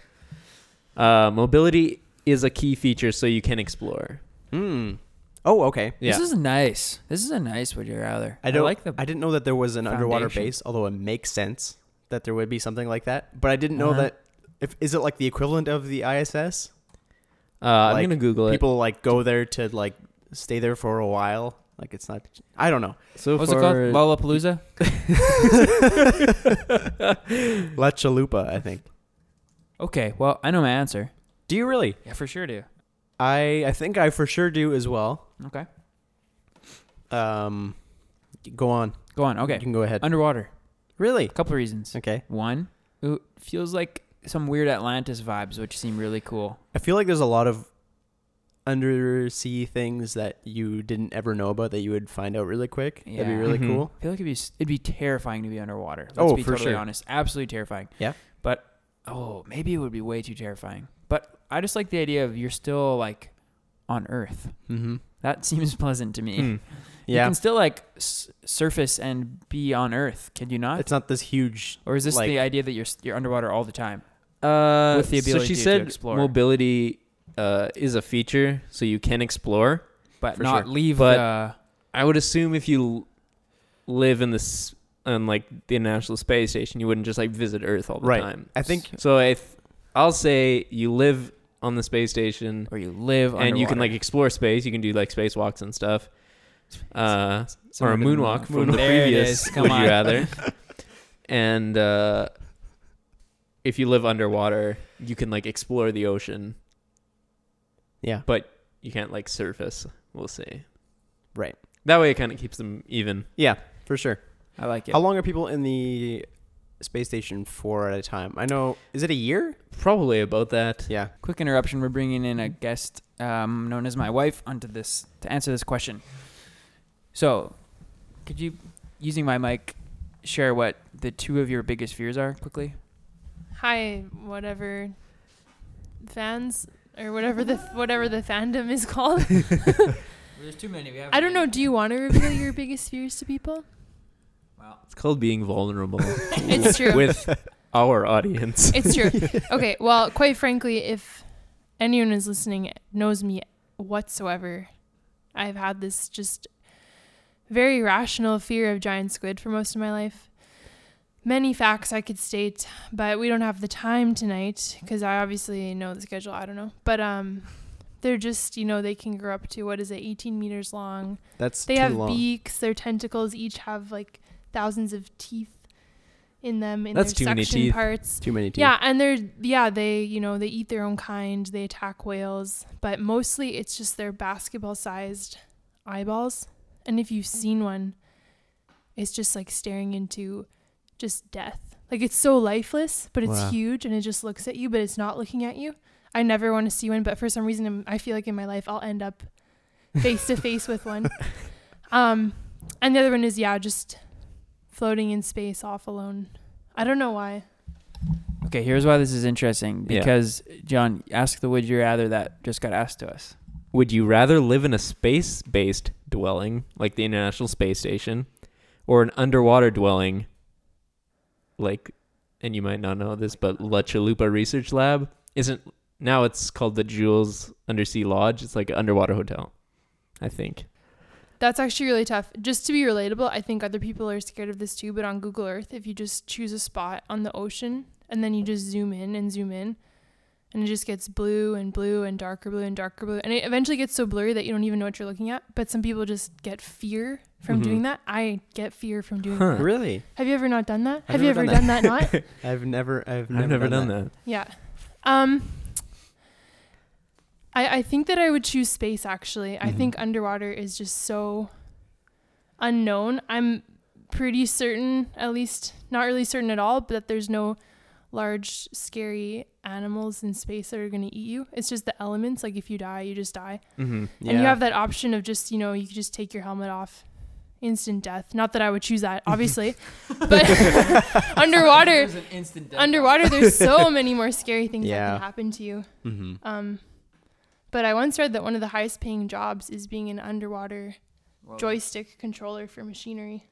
A: Uh, mobility is a key feature, so you can explore.
B: Hmm. Oh, okay.
A: Yeah.
C: This is nice. This is a nice would you rather.
B: I don't
C: like the.
B: I didn't know that there was an underwater
C: foundation.
B: base, although it makes sense that there would be something like that. But I didn't know
C: Uh-huh.
B: that. If is it like the equivalent of the ISS?
A: Uh, I'm
B: Like,
A: gonna Google it.
B: People like go there to like stay there for a while. Like it's not. I don't know.
A: So
C: What's it
A: far,
C: called? Lollapalooza.
B: La Chalupa, I think.
C: Okay, well I know my answer.
B: Do you really?
C: Yeah, for sure do.
B: I I think I for sure do as well.
C: Okay,
B: Um, go on.
C: go on.
B: you
C: Okay, Uh,
B: can go ahead.
C: underwater.
B: really?
C: A couple of reasons.
B: Okay.
C: One, it feels like some weird Atlantis vibes, which seem really cool.
B: I feel like there's a lot of undersea things that you didn't ever know about that you would find out really quick. That'd
C: Yeah. Mm-hmm.
B: be really
A: Mhm.
B: cool.
C: I feel like it'd be s- it'd be terrifying to be underwater. Let's
B: Oh,
C: be
B: for
C: totally
B: sure.
C: honest, absolutely terrifying.
B: Yeah.
C: But oh, maybe it would be way too terrifying. But I just like the idea of you're still like on Earth.
B: Mm-hmm.
C: That seems pleasant to me.
A: Hmm.
C: You
B: Yeah.
C: can still like s- surface and be on Earth, can you not?
B: It's not this huge.
C: or is this
B: like-
C: the idea that you're s- you're underwater all the time?
A: Uh,
C: With the
A: so
C: ability
A: she
C: to
A: said
C: explore.
A: mobility uh, is a feature, so you can explore.
C: But
A: For
C: not
A: sure.
C: leave
A: But-
C: the
A: I would assume if you l- live in this, on like the International Space Station, you wouldn't just like visit Earth all the
B: Right.
A: time.
B: I think.
A: So if I'll say you live on the space station
C: or you live
A: and you can
C: underwater.
A: like explore space, you can do like spacewalks and stuff. Uh, or a
C: Someone did
A: moonwalk
C: moonwalk.
A: from the
C: There it
A: previous.
C: is. Come
A: would
C: on.
A: you rather? and uh, if you live underwater, you can like explore the ocean.
B: Yeah.
A: but you can't like surface. We'll see.
B: Right.
A: That way, it kind of keeps them even.
B: Yeah, for sure.
C: I like it.
B: How long are people in the space station for at a time? I know. Is it a year?
A: Probably about that.
B: Yeah.
C: Quick interruption. We're bringing in a guest um, known as my wife onto this to answer this question. So, could you, using my mic, share what the two of your biggest fears are quickly?
D: hi whatever fans or whatever the whatever the fandom is called
C: There's too many. We
D: i don't know do you want to reveal your biggest fears to people
A: It's called being vulnerable
D: it's true
A: with our audience.
D: it's true okay well quite frankly if anyone is listening knows me whatsoever i've had this just very rational fear of giant squid for most of my life many facts i could state but we don't have the time tonight because i obviously know the schedule i don't know but um they're just you know they can grow up to what is it 18 meters long
B: That's
D: they
B: too
D: have
B: long.
D: beaks their tentacles each have like thousands of teeth in them in
A: That's
D: their
A: too many
D: suction
A: teeth.
D: parts
B: Too many teeth.
D: yeah, and they're yeah, they you know, they eat their own kind, they attack whales, but mostly it's just their basketball sized eyeballs. And if you've seen one, it's just like staring into just death. Like it's so lifeless, but it's
B: Wow.
D: huge and it just looks at you, but it's not looking at you. I never want to see one, but for some reason I'm- I feel like in my life I'll end up face to face with one. Um and the other one is yeah, just floating in space off alone. I don't know why.
C: Okay, here's why this is interesting.
A: Yeah.
C: Because John, ask the would you rather that just got asked to us.
A: Would you rather live in a space based dwelling like the International Space Station or an underwater dwelling like, and you might not know this, but La Chalupa Research Lab isn't, now it's called the Jules Undersea Lodge. It's like an underwater hotel, I think.
D: That's actually really tough. Just to be relatable, I think other people are scared of this too, but on Google Earth, if you just choose a spot on the ocean and then you just zoom in and zoom in, and it just gets blue and blue and darker blue and darker blue and it eventually gets so blurry that you don't even know what you're looking at but some people just get fear from
B: Mhm.
D: doing that i get fear from doing
A: Huh.
D: that
B: Really?
D: have you ever not done that
B: I've
D: have you
B: never
D: ever
B: done
D: done that, not
B: I've never I've never,
A: I've never done that.
D: yeah um i i think that i would choose space actually i
B: Mhm.
D: think underwater is just so unknown i'm pretty certain at least not really certain at all but that there's no large scary animals in space that are going to eat you it's just the elements like if you die you just die
A: Mm-hmm.
B: Yeah.
D: and you have that option of just you know you could just take your helmet off instant death not that i would choose that obviously but underwater
C: an instant
D: underwater there's so many more scary things that
B: Yeah.
D: can happen to you
B: mm-hmm.
D: um but i once read that one of the highest paying jobs is being an underwater
B: Oh.
D: joystick controller for machinery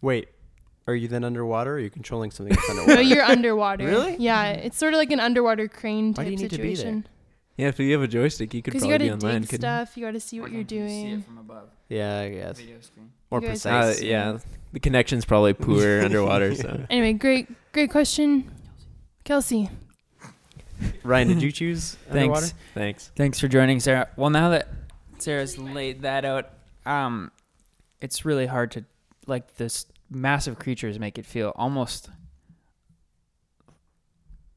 B: Wait, are you then underwater? Or are you controlling something that's underwater?
D: no you're underwater
B: Really?
D: yeah it's sort of like an underwater
B: Why
D: crane type
B: do you need to be there?
D: situation
A: Yeah, if you have a joystick, you could
D: because you
A: probably
D: gotta
A: be
D: dig
A: online. couldn't you?
D: stuff you gotta see what you're doing
C: from above.
B: yeah, I guess
C: Video screen.
B: more
D: guys-
A: Uh,
B: precise.
A: yeah, the connection's probably poor underwater. So
D: anyway great great question kelsey
B: Uh, Ryan, did you choose underwater?
C: Thanks.
A: thanks.
C: Thanks for joining, Sarah. Well, now that Sarah's laid that out, um, it's really hard to like this massive creatures make it feel almost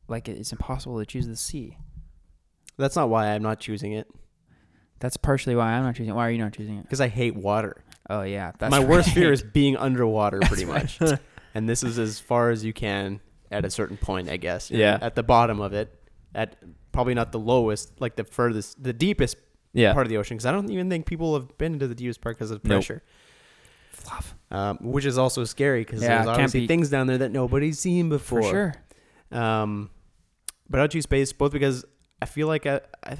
C: like it- it's impossible to choose the sea.
B: That's not why I'm not choosing it
C: That's partially why I'm not choosing. Why are you not choosing it?
B: because I hate water.
C: Oh yeah, that's
B: My worst fear
C: right.
B: is being underwater, pretty
C: That's
B: much. and this is as far as you can at a certain point, I guess. You're
A: Yeah.
B: At the bottom of it, at probably not the lowest, like the furthest, the deepest
A: Yeah,
B: part of the ocean. Because I don't even think people have been to the deepest part because of
A: Nope.
B: pressure.
C: Fluff.
B: Um, which is also scary because
C: Yeah, it
B: there's
C: can't
B: obviously
C: be-
B: things down there that nobody's seen
C: for
B: before.
C: sure.
B: Um, but I'd choose space both because I feel like I, I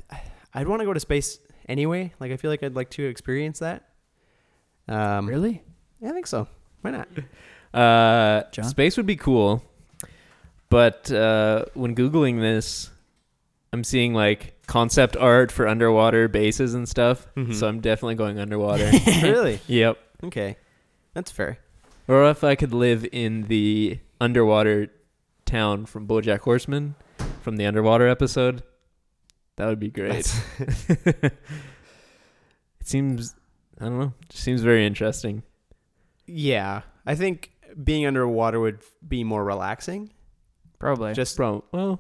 B: I'd want to go to space anyway. Like I feel like I'd like to experience that. Um,
C: Really?
B: yeah, I think so. Why not?
A: uh,
C: John?
A: space would be cool, but uh, when googling this, I'm seeing like concept art for underwater bases and stuff.
B: Mhm.
A: So I'm definitely going underwater.
B: really?
A: yep.
B: Okay, that's fair.
A: Or if I could live in the underwater town from BoJack Horseman, from the underwater episode, that would be great. it seems, I don't know, just seems very interesting.
B: Yeah, I think being underwater would be more relaxing.
C: Probably.
B: Just
A: Bro, well,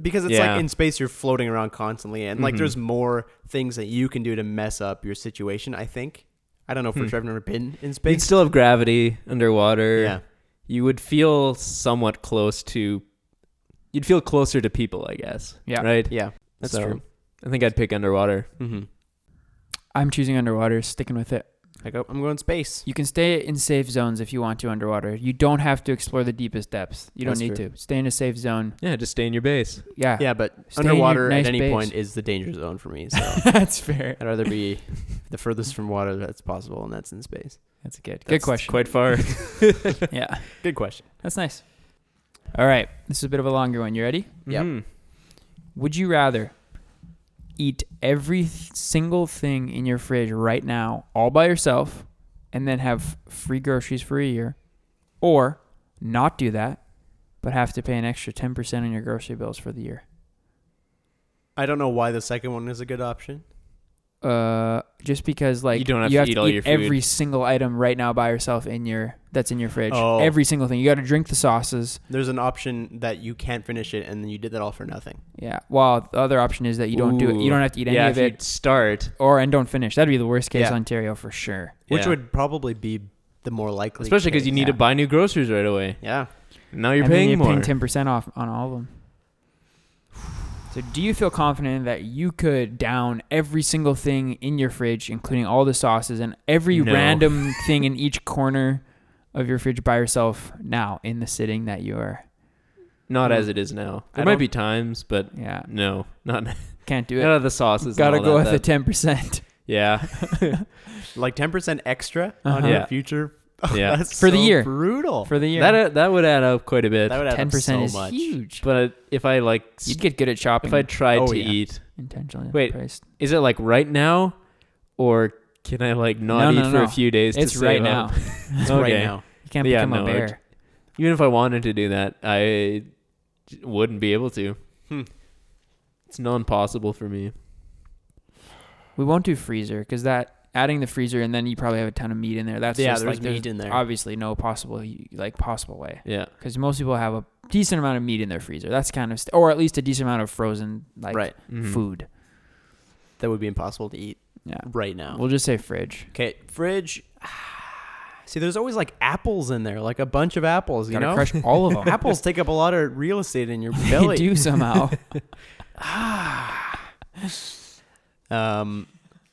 B: because it's
A: Yeah.
B: like in space you're floating around constantly and like
A: Mhm.
B: there's more things that you can do to mess up your situation i think i don't know for
A: Hmm.
B: sure i've never been in
A: you'd
B: space
A: still have gravity underwater.
B: yeah
A: You would feel somewhat close to, you'd feel closer to people, I guess.
C: Yeah.
A: Right?
B: yeah that's
A: So,
B: true
A: I think I'd pick underwater.
B: mm-hmm.
C: I'm choosing underwater. Sticking with it.
B: I go, i'm going space
C: You can stay in safe zones if you want to underwater. You don't have to explore the deepest depths. You
B: That's
C: don't need
B: true.
C: to. Stay in a safe zone.
A: Yeah, just stay in your base.
C: Yeah.
B: yeah but
C: Stay in your
B: underwater
C: nice
B: at any
C: base.
B: point is the danger zone for me so
C: that's fair.
B: i'd rather be the furthest from water that's possible and that's in space
C: That's good. good
B: That's
C: question.
A: Quite far.
C: yeah.
B: good question
C: That's nice. All right. This is a bit of a longer one. You ready?
B: Yep.
A: Mhm.
C: Would you rather eat every th- single thing in your fridge right now all by yourself and then have free groceries for a year or not do that but have to pay an extra 10% on your grocery bills for the year?
B: i don't know why the second one is a good option
C: Uh, just because like
A: You don't have to eat all your food.
C: every single item right now by yourself in your that's in your fridge.
B: Oh.
C: Every single thing. You got to drink the sauces.
B: there's an option that you can't finish it and then you did that all for nothing
C: Yeah. Well, the other option is that you don't do it. You
A: Ooh.
C: don't have to eat any
A: yeah,
C: of
A: if
C: it,
A: you start.
C: or and don't finish. That'd be the worst case
B: Yeah.
C: Ontario for sure.
B: which
A: Yeah.
B: would probably be the more likely
A: Especially because you need to
C: yeah.
A: buy new groceries right away.
B: yeah
A: Now you're
C: and then
A: paying
C: you're
A: more.
C: paying ten percent off on all of them. So, do you feel confident that you could down every single thing in your fridge, including all the sauces and every
A: No.
C: random thing in each corner of your fridge by yourself now in the sitting that you are?
A: Not as it is now.
B: I
A: There might
B: don't-
A: be times, but
C: Yeah,
A: no, not not
C: can't do it.
A: out of the sauces.
C: Gotta
A: and
C: go
A: all
C: with
A: that,
C: the
A: that-
C: ten percent
A: Yeah,
B: like 10% extra on
C: Uh-huh.
B: your
A: Yeah.
B: future
A: yeah.
B: That's
C: For the
B: so
C: year.
B: brutal
C: for the year.
A: that uh, that would add up quite a bit.
B: that would add
C: ten
B: up
C: percent
B: so
C: is
B: much
C: huge.
A: but if I like, s-
C: You'd get good at shopping
A: if I tried
B: Oh,
A: to
B: yeah.
A: eat,
C: intentionally.
A: Wait.
C: priced.
A: is it like right now, or can I like not
C: No,
A: eat
C: no,
A: for
C: no.
A: a few days? to
C: It's
A: save
C: right
A: up?
C: now.
B: It's
A: Okay.
B: right now
C: You can't
A: Yeah,
C: become a
A: no,
C: bear.
A: it's-
C: Hmm.
A: Even if I wanted to do that, I wouldn't be able to. It's non possible for me.
C: We won't do freezer because that adding the freezer and then you probably have a ton of meat in there. That's
B: yeah,
C: just
B: there's
C: like
B: meat in there.
C: obviously no possible like possible way
A: Yeah.
C: because most people have a decent amount of meat in their freezer. That's kind of st- or at least a decent amount of frozen like
B: right.
A: Mhm.
C: food.
B: That would be impossible to eat
C: Yeah,
B: right now.
C: we'll just say fridge.
B: Okay, fridge. See, there's always like apples in there, like a bunch of apples. You
C: Gotta
B: know,
C: crush all of them.
B: apples take up a lot of real estate in your
C: They
B: belly.
C: do somehow.
B: Um,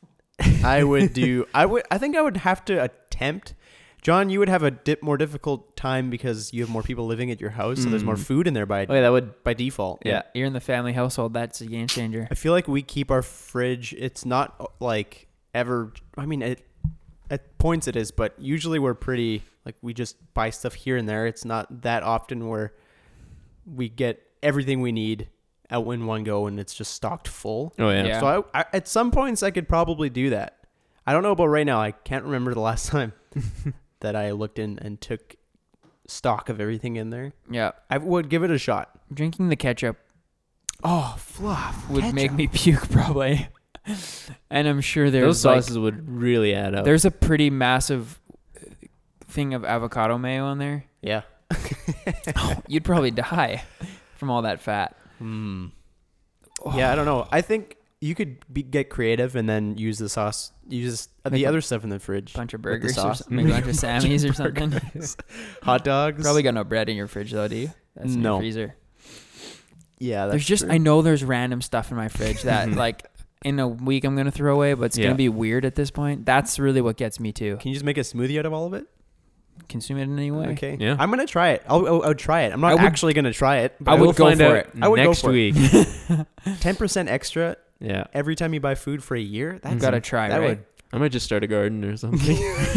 B: I would do. I would. I think I would have to attempt. John, you would have a dip more difficult time because you have more people living at your house, so there's more
A: Mm.
B: food in there by
A: Oh, yeah, that would.
B: by default.
A: Yeah.
C: you're in the family household. That's a game changer.
B: I feel like we keep our fridge. It's not uh, like ever. I mean, it, at points it is, but usually we're pretty like we just buy stuff here and there. It's not that often where we get everything we need out in one go and it's just stocked full.
A: Oh, yeah.
C: Yeah.
B: So I, I, at some points I could probably do that. I don't know about right now. I can't remember the last time that I looked in and took stock of everything in there.
C: Yeah,
B: I would give it a shot.
C: drinking the ketchup
B: Oh, fluff
C: would make me puke probably. and I'm sure there's
A: Those
C: like-
A: sauces would really
B: Oh.
A: add up.
C: there's a pretty massive uh, thing of avocado mayo on there.
B: Yeah.
C: You'd probably die from all that fat.
B: Hmm. Yeah, I don't know. I think you could be, get creative and then use the sauce, use uh,
C: Make
B: the
C: a
B: other stuff in the fridge.
C: bunch of
B: With the
C: burgers, or
B: sauce.
C: something, maybe a bunch of Sammys or something.
B: Hot dogs.
C: Probably got no bread in your fridge though, do you? That's in
B: No.
C: your freezer.
B: Yeah, that's
C: There's just
B: true.
C: I know there's random stuff in my fridge that like in a week I'm gonna throw away, but it's
A: Yeah.
C: gonna be weird at this point. That's really what gets me to
B: Can you just make a smoothie out of all of it?
C: consume it in any way.
B: Okay.
A: Yeah.
B: I'm gonna try it. I'll, I'll, I'll try it. I'm
C: I
B: not
C: would-
B: actually gonna try it.
A: I
C: would
A: will
C: go
A: find
C: for
A: out
C: it.
B: I would go
A: next
B: for it.
A: week.
B: Ten percent extra
A: yeah.
B: every time you buy food for a year. That's
C: I've got to try,
B: that
C: right?
A: I might just start a garden or something.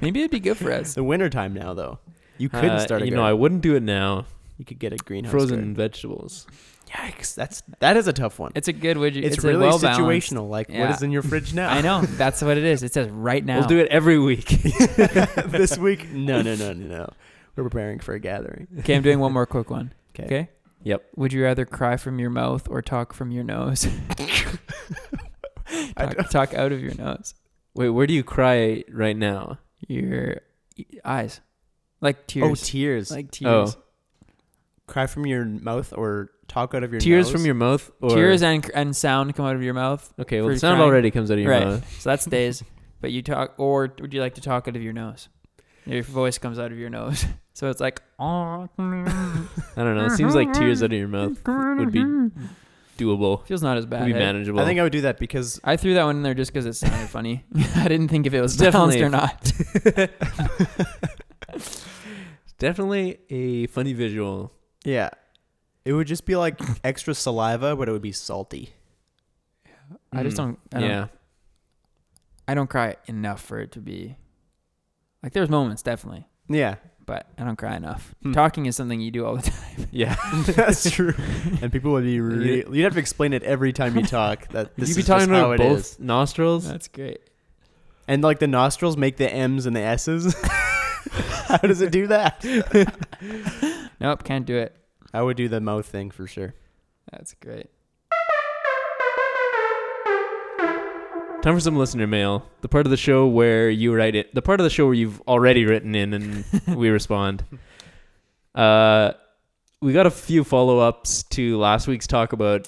C: Maybe it'd be good for
B: it's
C: us.
B: the winter time now though. You couldn't
A: Uh,
B: start a
A: You
B: garden.
A: know, I wouldn't do it now.
B: you could get a greenhouse.
A: Frozen
B: garden.
A: vegetables.
B: Yikes! That's that is a tough one.
C: It's a good widget.
B: It's,
C: It's, a
B: really
C: well-balanced-
B: situational. Like
C: Yeah.
B: what is in your fridge now?
C: I know. That's what it is. It says right now.
A: We'll do it every week.
B: this week. No, no, no, no, no. We're preparing for a gathering. Oh,
C: Okay, I'm doing one more quick one.
B: 'Kay.
C: Okay.
A: Yep.
C: Would you rather cry from your mouth or talk from your nose?
B: I
C: talk, talk out of your nose.
A: Wait, where do you cry right now?
C: Your e- eyes. Like
B: Oh,
C: tears.
B: tears!
C: like
A: oh,
C: tears.
B: Cry from your mouth or talk out of your
A: Tears
B: nose?
A: from your mouth or
C: Tears and and sound come out of your mouth.
A: Okay, well
C: for
A: the sound
C: crying.
A: already comes out of your
C: Right.
A: mouth.
C: So that stays. but you talk or would you like to talk out of your nose? Your voice comes out of your nose. So it's like oh,
A: I don't know. It seems like tears out of your mouth would be doable.
C: feels not as bad.
A: Would be
C: eh?
A: manageable.
B: I think I would do that because
C: I threw that one in there just because it sounded funny. I didn't think if it was
A: Definitely.
C: balanced or not.
A: Definitely a funny visual.
B: yeah, it would just be like extra saliva, but it would be salty.
C: I
A: Mm.
C: just don't. I don't
A: yeah.
C: I don't cry enough for it to be like there's moments definitely,
B: Yeah,
C: but I don't cry enough.
B: Hmm.
C: Talking is something you do all the time.
A: Yeah.
B: that's true. And people would be really. You'd have to explain it every time you talk. That this
A: You'd be
B: is just
A: talking
B: how
A: about
B: it
A: both
B: is.
A: nostrils.
C: That's great.
B: And like the nostrils make the M's and the S's. how does it do that?
C: Nope, can't do it.
B: I would do the mouth thing for sure.
C: That's great.
A: Time for some listener mail. The part of the show where you write it. The part of the show where you've already written in and we respond. Uh, we got a few follow ups to last week's talk about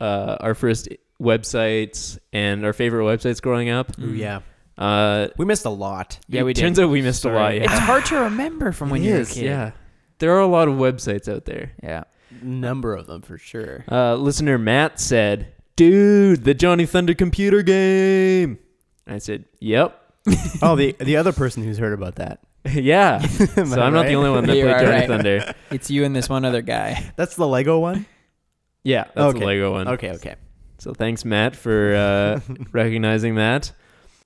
A: uh, our first websites and our favorite websites growing up.
B: Mm.
C: Ooh, yeah.
A: Uh,
B: we missed a lot.
C: Yeah, we did.
A: turns out we missed a lot.
C: Sorry.
A: Yeah.
C: It's hard to remember from when
A: It
C: you were a
A: is,
C: kid.
A: Yeah. There are a lot of websites out there.
C: Yeah.
B: Number of them for sure.
A: Uh, listener Matt said, Dude, the Johnny Thunder computer game. I said, Yep.
B: oh, the the other person who's heard about that.
A: yeah. So I'm
B: Am I
A: not
B: right?
A: the only one that
C: You
A: played
C: are
A: Johnny
C: right.
A: Thunder.
C: It's you and this one other guy.
B: That's the Lego one.
A: Yeah, that's
B: Okay.
A: the Lego one.
B: Okay, okay.
A: So thanks, Matt, for uh, recognizing that.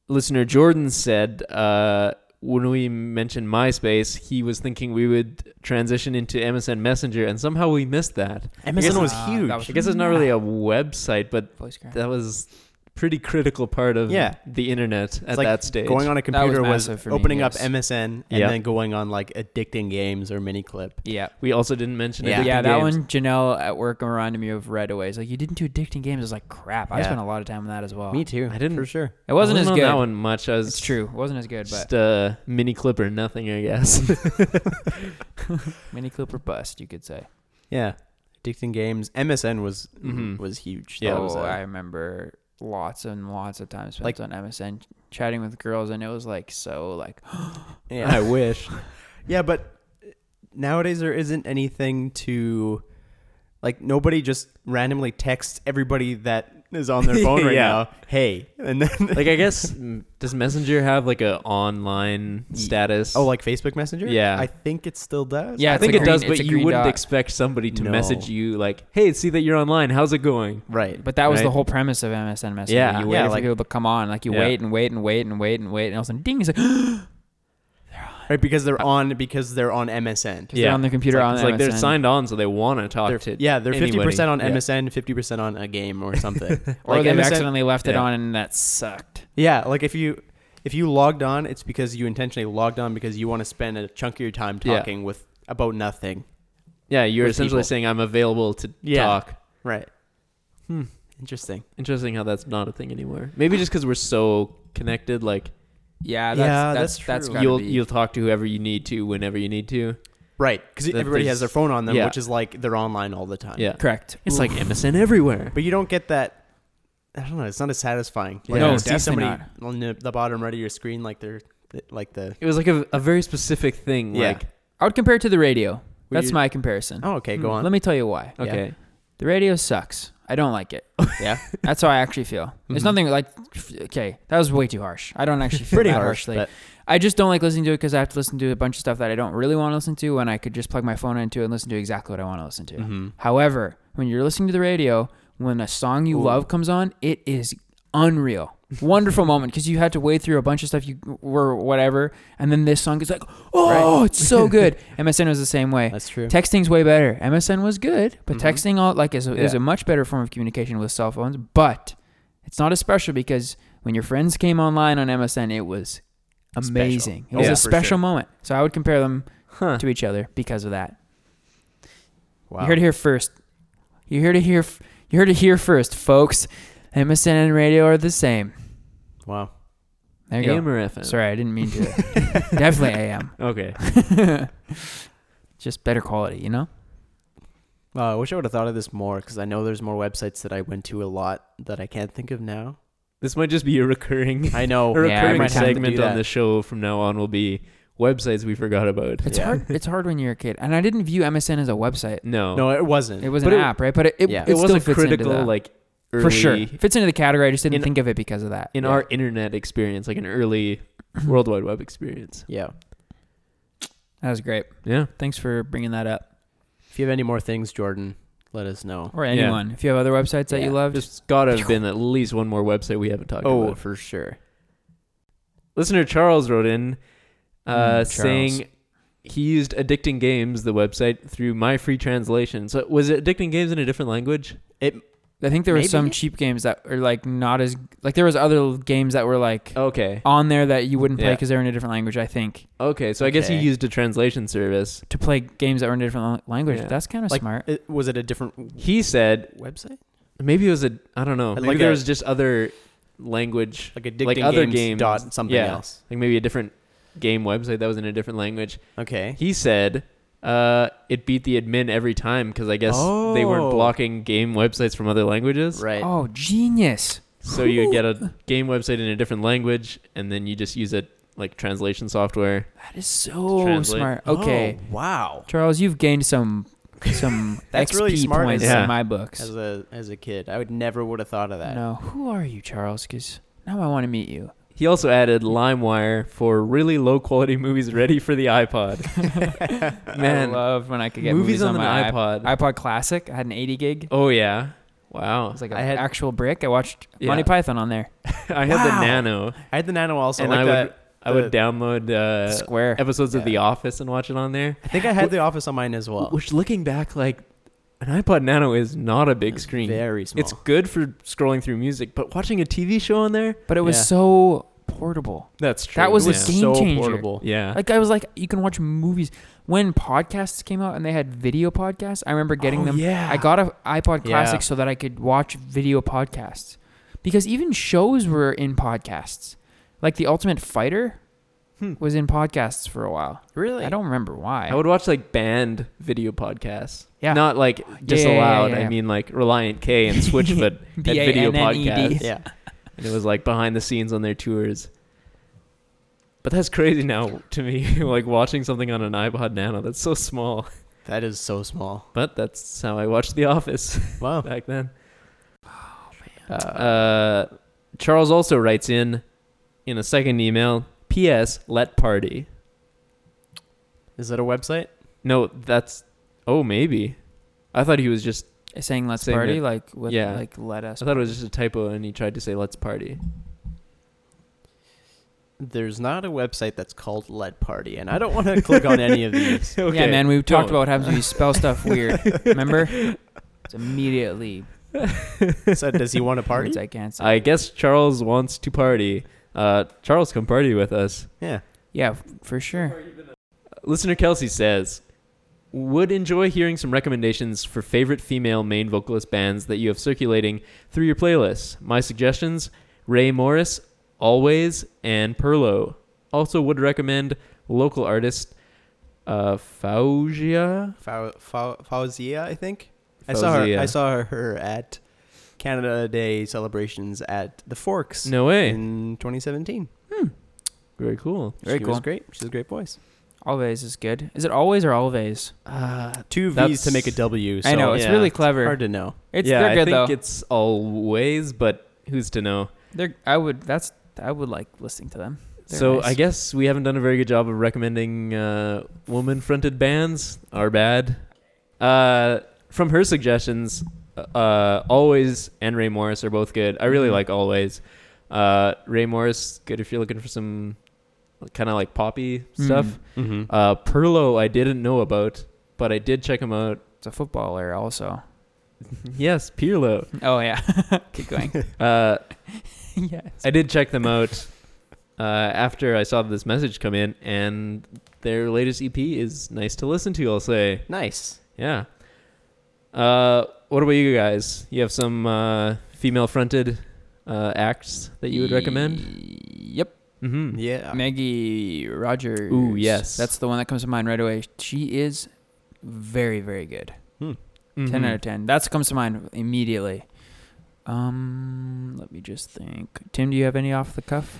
A: Listener Jordan said uh, when we mentioned MySpace, he was thinking we would transition into MSN Messenger, and somehow we missed that.
B: MSN was
C: Uh,
B: huge.
C: that was-
A: I guess it's not really a website, but
C: Voice crack.
A: that was pretty critical part of
B: Yeah.
A: the internet at
B: like
A: that stage.
B: Going on a computer was,
C: massive for me,
B: opening up
C: yes.
B: MSN and
A: Yeah.
B: then going on like addicting games or mini clip.
C: Yeah.
A: we also didn't mention
C: Yeah,
A: addicting
C: that
A: games.
C: one Janelle at work reminded me of right away. It's like you didn't do addicting games. I was like, crap. I
B: Yeah.
C: spent a lot of time on that as well.
B: Me too.
A: I didn't-
B: for sure.
C: It wasn't as
A: I
C: good.
A: on that one much. I was
C: It's true. It wasn't as good,
A: Just
C: but
A: uh, mini clip or nothing, I guess.
C: mini clip or bust, you could say.
B: Yeah, addicting games. MSN was
A: Mhm.
B: was huge.
A: Yeah,
B: That
C: oh,
B: was, uh,
C: I remember lots and lots of times spent
B: Like-
C: on MSN chatting with girls, and it was like so like
B: yeah.
A: wish.
B: yeah, but nowadays there isn't anything to like. Nobody just randomly texts everybody that is on their phone right
A: Yeah.
B: now. Hey, and then
A: Like I guess mm, does Messenger have like a online
B: Ye-
A: status?
B: oh, like Facebook Messenger.
A: Yeah.
B: I think it still does.
C: Yeah,
A: I
C: it's
A: think
C: a
A: it does,
C: green- it's
A: but
C: a
A: you
C: green
A: wouldn't
C: dot.
A: expect somebody to
B: No.
A: message you like, "Hey, see that you're online. How's it going?"
B: right.
C: But that was the
A: Right.
C: whole premise of MSN Messenger.
A: Yeah.
C: you wait
B: Yeah,
C: for
B: like-
C: people to come on. Like you
A: Yeah.
C: wait and wait and wait and wait and wait, and all of a sudden, ding! It's like
B: right
C: because
B: because they're on because they're on MSN.
A: Yeah.
C: they're on the computer
A: It's
C: on
A: like, it's like they're
C: MSN.
A: signed on, so they want to talk
B: They're-
A: to.
B: yeah, they're fifty
A: anybody.
B: percent on
A: Yeah.
B: MSN, fifty percent on a game or something.
C: or
B: like
C: they've
B: MSN
C: accidentally left it
A: yeah.
C: on, and that sucked.
B: Yeah, like if you if you logged on, it's because you intentionally logged on because you want to spend a chunk of your time
A: Yeah.
B: talking with about nothing.
A: Yeah, you're
B: with
A: essentially
B: people.
A: saying I'm available to
B: Yeah.
A: talk.
B: Right.
A: Hmm.
B: Interesting.
A: Interesting how that's not a thing anymore. Maybe just because we're so connected, like
C: Yeah,
B: Yeah, that's
C: that's that's that's
B: true.
C: gotta
A: you'll
C: be-
A: you'll talk to whoever you need to whenever you need to.
B: Right, because
A: That
B: everybody has
A: there's-
B: their phone on them,
A: yeah.
B: which is like they're online all the time.
A: Yeah,
C: correct.
A: it's like MSN everywhere.
B: But you don't get that. I don't know. It's not as satisfying. Like,
A: No,
B: you see
C: definitely
B: somebody on the, the bottom right of your screen, like they're like the.
A: It was like a, a very specific thing.
B: Yeah.
A: Like
C: I would compare it to the radio.
B: Where
C: That's
B: you-
C: my comparison.
B: Oh, okay.
A: Hmm,
B: Go on.
C: Let me tell you why.
B: Yeah.
A: okay,
C: The radio sucks. I don't like it.
B: yeah.
C: That's how I actually feel. There's
B: Mhm.
C: nothing like, okay, that was way too harsh. I don't actually feel
B: Pretty
C: that
B: harsh.
C: harshly.
B: but-
C: I just don't like listening to it because I have to listen to a bunch of stuff that I don't really want to listen to, and I could just plug my phone into and listen to exactly what I want to listen to.
B: Mhm.
C: However, when you're listening to the radio, when a song you love comes on, it is unreal. Wonderful moment because you had to wade through a bunch of stuff you were whatever, and then this song is like, oh, it's so good. MSN was the same way.
B: That's true.
C: Texting's way better. MSN was good, but
B: Mhm.
C: texting all like is a, is
A: Yeah.
C: a much better form of communication with cell phones. But it's not as special because when your friends came online on MSN, it was
B: Special.
C: amazing. It
B: Oh,
C: was
B: yeah,
C: a
B: for
C: special
B: sure.
C: moment. So I would compare them
A: huh?
C: to each other because of that.
B: Wow.
C: You heard it here first. You heard it here. f- You heard it here first, folks. MSN and radio are the same.
B: Wow.
C: There you
A: AM
C: go.
A: or FM?
C: Sorry, I didn't mean to. Definitely AM.
A: Okay.
C: Just better quality, you know.
B: Well, I wish I would have thought of this more because I know there's more websites that I went to a lot that I can't think of now.
A: This might just be a recurring
B: I
A: a
B: know.
C: Yeah, I
A: recurring
C: might have to do
A: segment
B: that.
A: on the show from now on will be websites we forgot about.
C: It's
B: Yeah.
C: hard. It's hard when you're a kid, and I didn't view MSN as a website.
A: No.
B: No, it wasn't.
C: It was
A: But
C: an
A: it-
C: app, right? But it it,
B: yeah.
C: yeah.
A: it, wasn't critical like early
C: for sure. Fits into the category. I just didn't
A: In-
C: think of it because of that.
A: in
B: Yeah.
A: our internet experience, like an early World Wide Web experience.
B: Yeah.
C: that was great.
A: Yeah.
C: Thanks for bringing that up.
B: If you have any more things, Jordan, let us know.
C: Or
A: Yeah.
C: anyone, if you have other websites that
B: Yeah.
C: you love,
A: There's
C: just
A: gotta have been at least one more website we haven't talked about.
B: for sure.
A: Oh, Listener Charles wrote in uh,
C: Mm, Charles.
A: saying he used Addicting Games, the website, through my free translation. So was it Addicting Games in a different language?
C: I think there were some
B: Maybe?
C: cheap games that are like not as like there was other games that were like
A: Okay.
C: on there that you wouldn't play
A: Yeah.
C: because they're in a different language. I think
A: Okay. So I guess he
B: Okay.
A: used a translation service.
C: to play games that were in a different lang- language.
A: Yeah.
C: That's kind of
B: Like,
C: smart.
B: It, was it a different
A: He said
B: website?
A: Maybe it was a I don't know.
B: Like
A: Maybe there
B: a-
A: was just other language,
B: Like addicting
A: other
B: games,
A: games.
B: dot something
A: Yeah.
B: else.
A: like maybe a different game website that was in a different language.
B: Okay.
A: He said uh, it beat the admin every time because I guess they
B: Oh.
A: weren't blocking game websites from other languages.
B: Right.
C: Oh, genius!
A: So you would get a game website in a different language, and then you just use it like translation software.
C: That is so
A: Translate.
C: smart. Okay,
B: Oh, wow.
C: Charles, you've gained some some
B: That's
C: XP
B: really smart
C: points
A: as- Yeah.
C: in my books.
B: As a as a kid, I would never would have thought of that.
C: No, who are you, Charles? Because now I want to meet you.
A: He also added LimeWire for really low quality movies ready for the iPod. Uh, Man,
C: I love when I could get
A: movies,
C: movies,
A: on,
C: my
A: an iPod.
C: iPod Classic. I had an 80 gig.
A: oh yeah,
C: It
A: wow.
C: was like an
B: I had-
C: actual brick. I watched Monty
A: Yeah.
C: Python on there.
A: I had
B: Wow.
A: the Nano.
B: I had the Nano also.
A: and
B: like
A: I would
B: that.
A: I would
B: the-
A: download uh,
C: Square.
A: episodes
B: Yeah.
A: of The Office and watch it on there.
B: I think I had The Office on mine as well.
A: Which, looking back, like an iPod Nano is not a big screen.
B: Very small.
A: It's good for scrolling through music, but watching a TV show on there,
C: But it was
B: Yeah.
C: so portable.
A: that's true.
C: That was a
A: yeah.
B: so
C: game changer.
B: portable.
A: Yeah.
C: Like I was like, you can watch movies. When podcasts came out and they had video podcasts, I remember getting
A: Oh,
C: them.
A: Yeah.
C: I got a iPod
B: Yeah.
C: Classic so that I could watch video podcasts, because even shows were in podcasts. Like the Ultimate Fighter
A: Hmm.
C: was in podcasts for a while.
B: Really?
C: I don't remember why.
A: I would watch like banned video podcasts.
C: Yeah.
A: Not like
C: yeah, yeah,
A: disallowed.
C: yeah, yeah.
A: I mean like Reliant K and Switchfoot had video
C: B-A-N-N-E-D.
A: podcasts.
B: Yeah.
A: And it was like behind the scenes on their tours. But that's crazy now to me, like watching something on an iPod Nano. That's so small.
B: That is so small.
A: But that's how I watched The Office
B: Wow.
A: back then.
B: Uh,
A: Uh, Charles also writes in in a second email. P.S. Let party.
B: is that a website?
A: No, that's oh maybe. I thought he was just.
C: saying let's
A: Saying
C: party
A: that-
C: like with,
A: yeah.
C: like let us.
A: I thought it was just a typo, and he tried to say let's party.
B: There's not a website that's called Let Party, and I don't want to click on any of these.
C: yeah,
A: Okay,
C: man, we talked
A: don't.
C: about what happens when you spell stuff weird. Remember? It's immediately
B: So does he want to party?
C: words I can't say.
A: I guess Charles wants to party. Uh, Charles, come party with us.
B: Yeah.
C: yeah, f- for sure.
A: Listener Kelsey says, would enjoy hearing some recommendations for favorite female main vocalist bands that you have circulating through your playlists. My suggestions Ray Morris, Always, and Perlo. Also, would recommend local artist uh, Faugia.
B: Fau- Fau- Fauzia, I think. I saw her. I
A: Fauzia.
B: saw her at Canada Day celebrations at the Forks
A: No way.
B: in 2017.
A: Very cool.
C: Very
B: she
C: cool.
B: Was great. She's a great voice.
C: Always is good. Is it always or always?
B: Uh, two V's
A: That's-
B: to make a W. So
C: I know it's
A: yeah.
C: really clever.
B: hard to know.
C: It's
A: yeah,
C: they're
A: I
C: good
A: think
C: though.
A: it's Always, but who's to know?
C: They're I would that's I would like listening to them. They're
A: so
C: nice.
A: I guess we haven't done a very good job of recommending uh, woman-fronted bands. Our bad. Uh, from her suggestions, uh, Always and Ray Morris are both good. I really
C: Mhm.
A: like Always. Uh, Ray Morris, good if you're looking for some kind of like poppy
C: Hmm. Mm.
A: stuff.
B: Mm-hmm.
A: Uh, Perlo, I didn't know about, but I did check him out.
C: It's a footballer also.
A: yes, Pirlo.
C: Oh yeah. Keep going.
A: Uh,
C: yes.
A: I did check them out uh, after I saw this message come in, and their latest EP is nice to listen to. I'll say,
B: Nice.
A: yeah. Uh, what about you guys? You have some uh, female-fronted uh, acts that you would recommend?
C: Yep. Hmm.
A: Mm-hmm.
B: Yeah.
C: Maggie Rogers.
A: Ooh, yes.
C: That's the one that comes to mind right away. She is very, very good.
A: Mm-hmm.
C: 10 out of 10. That comes to mind immediately. Um, let me just think. Tim, do you have any off the cuff?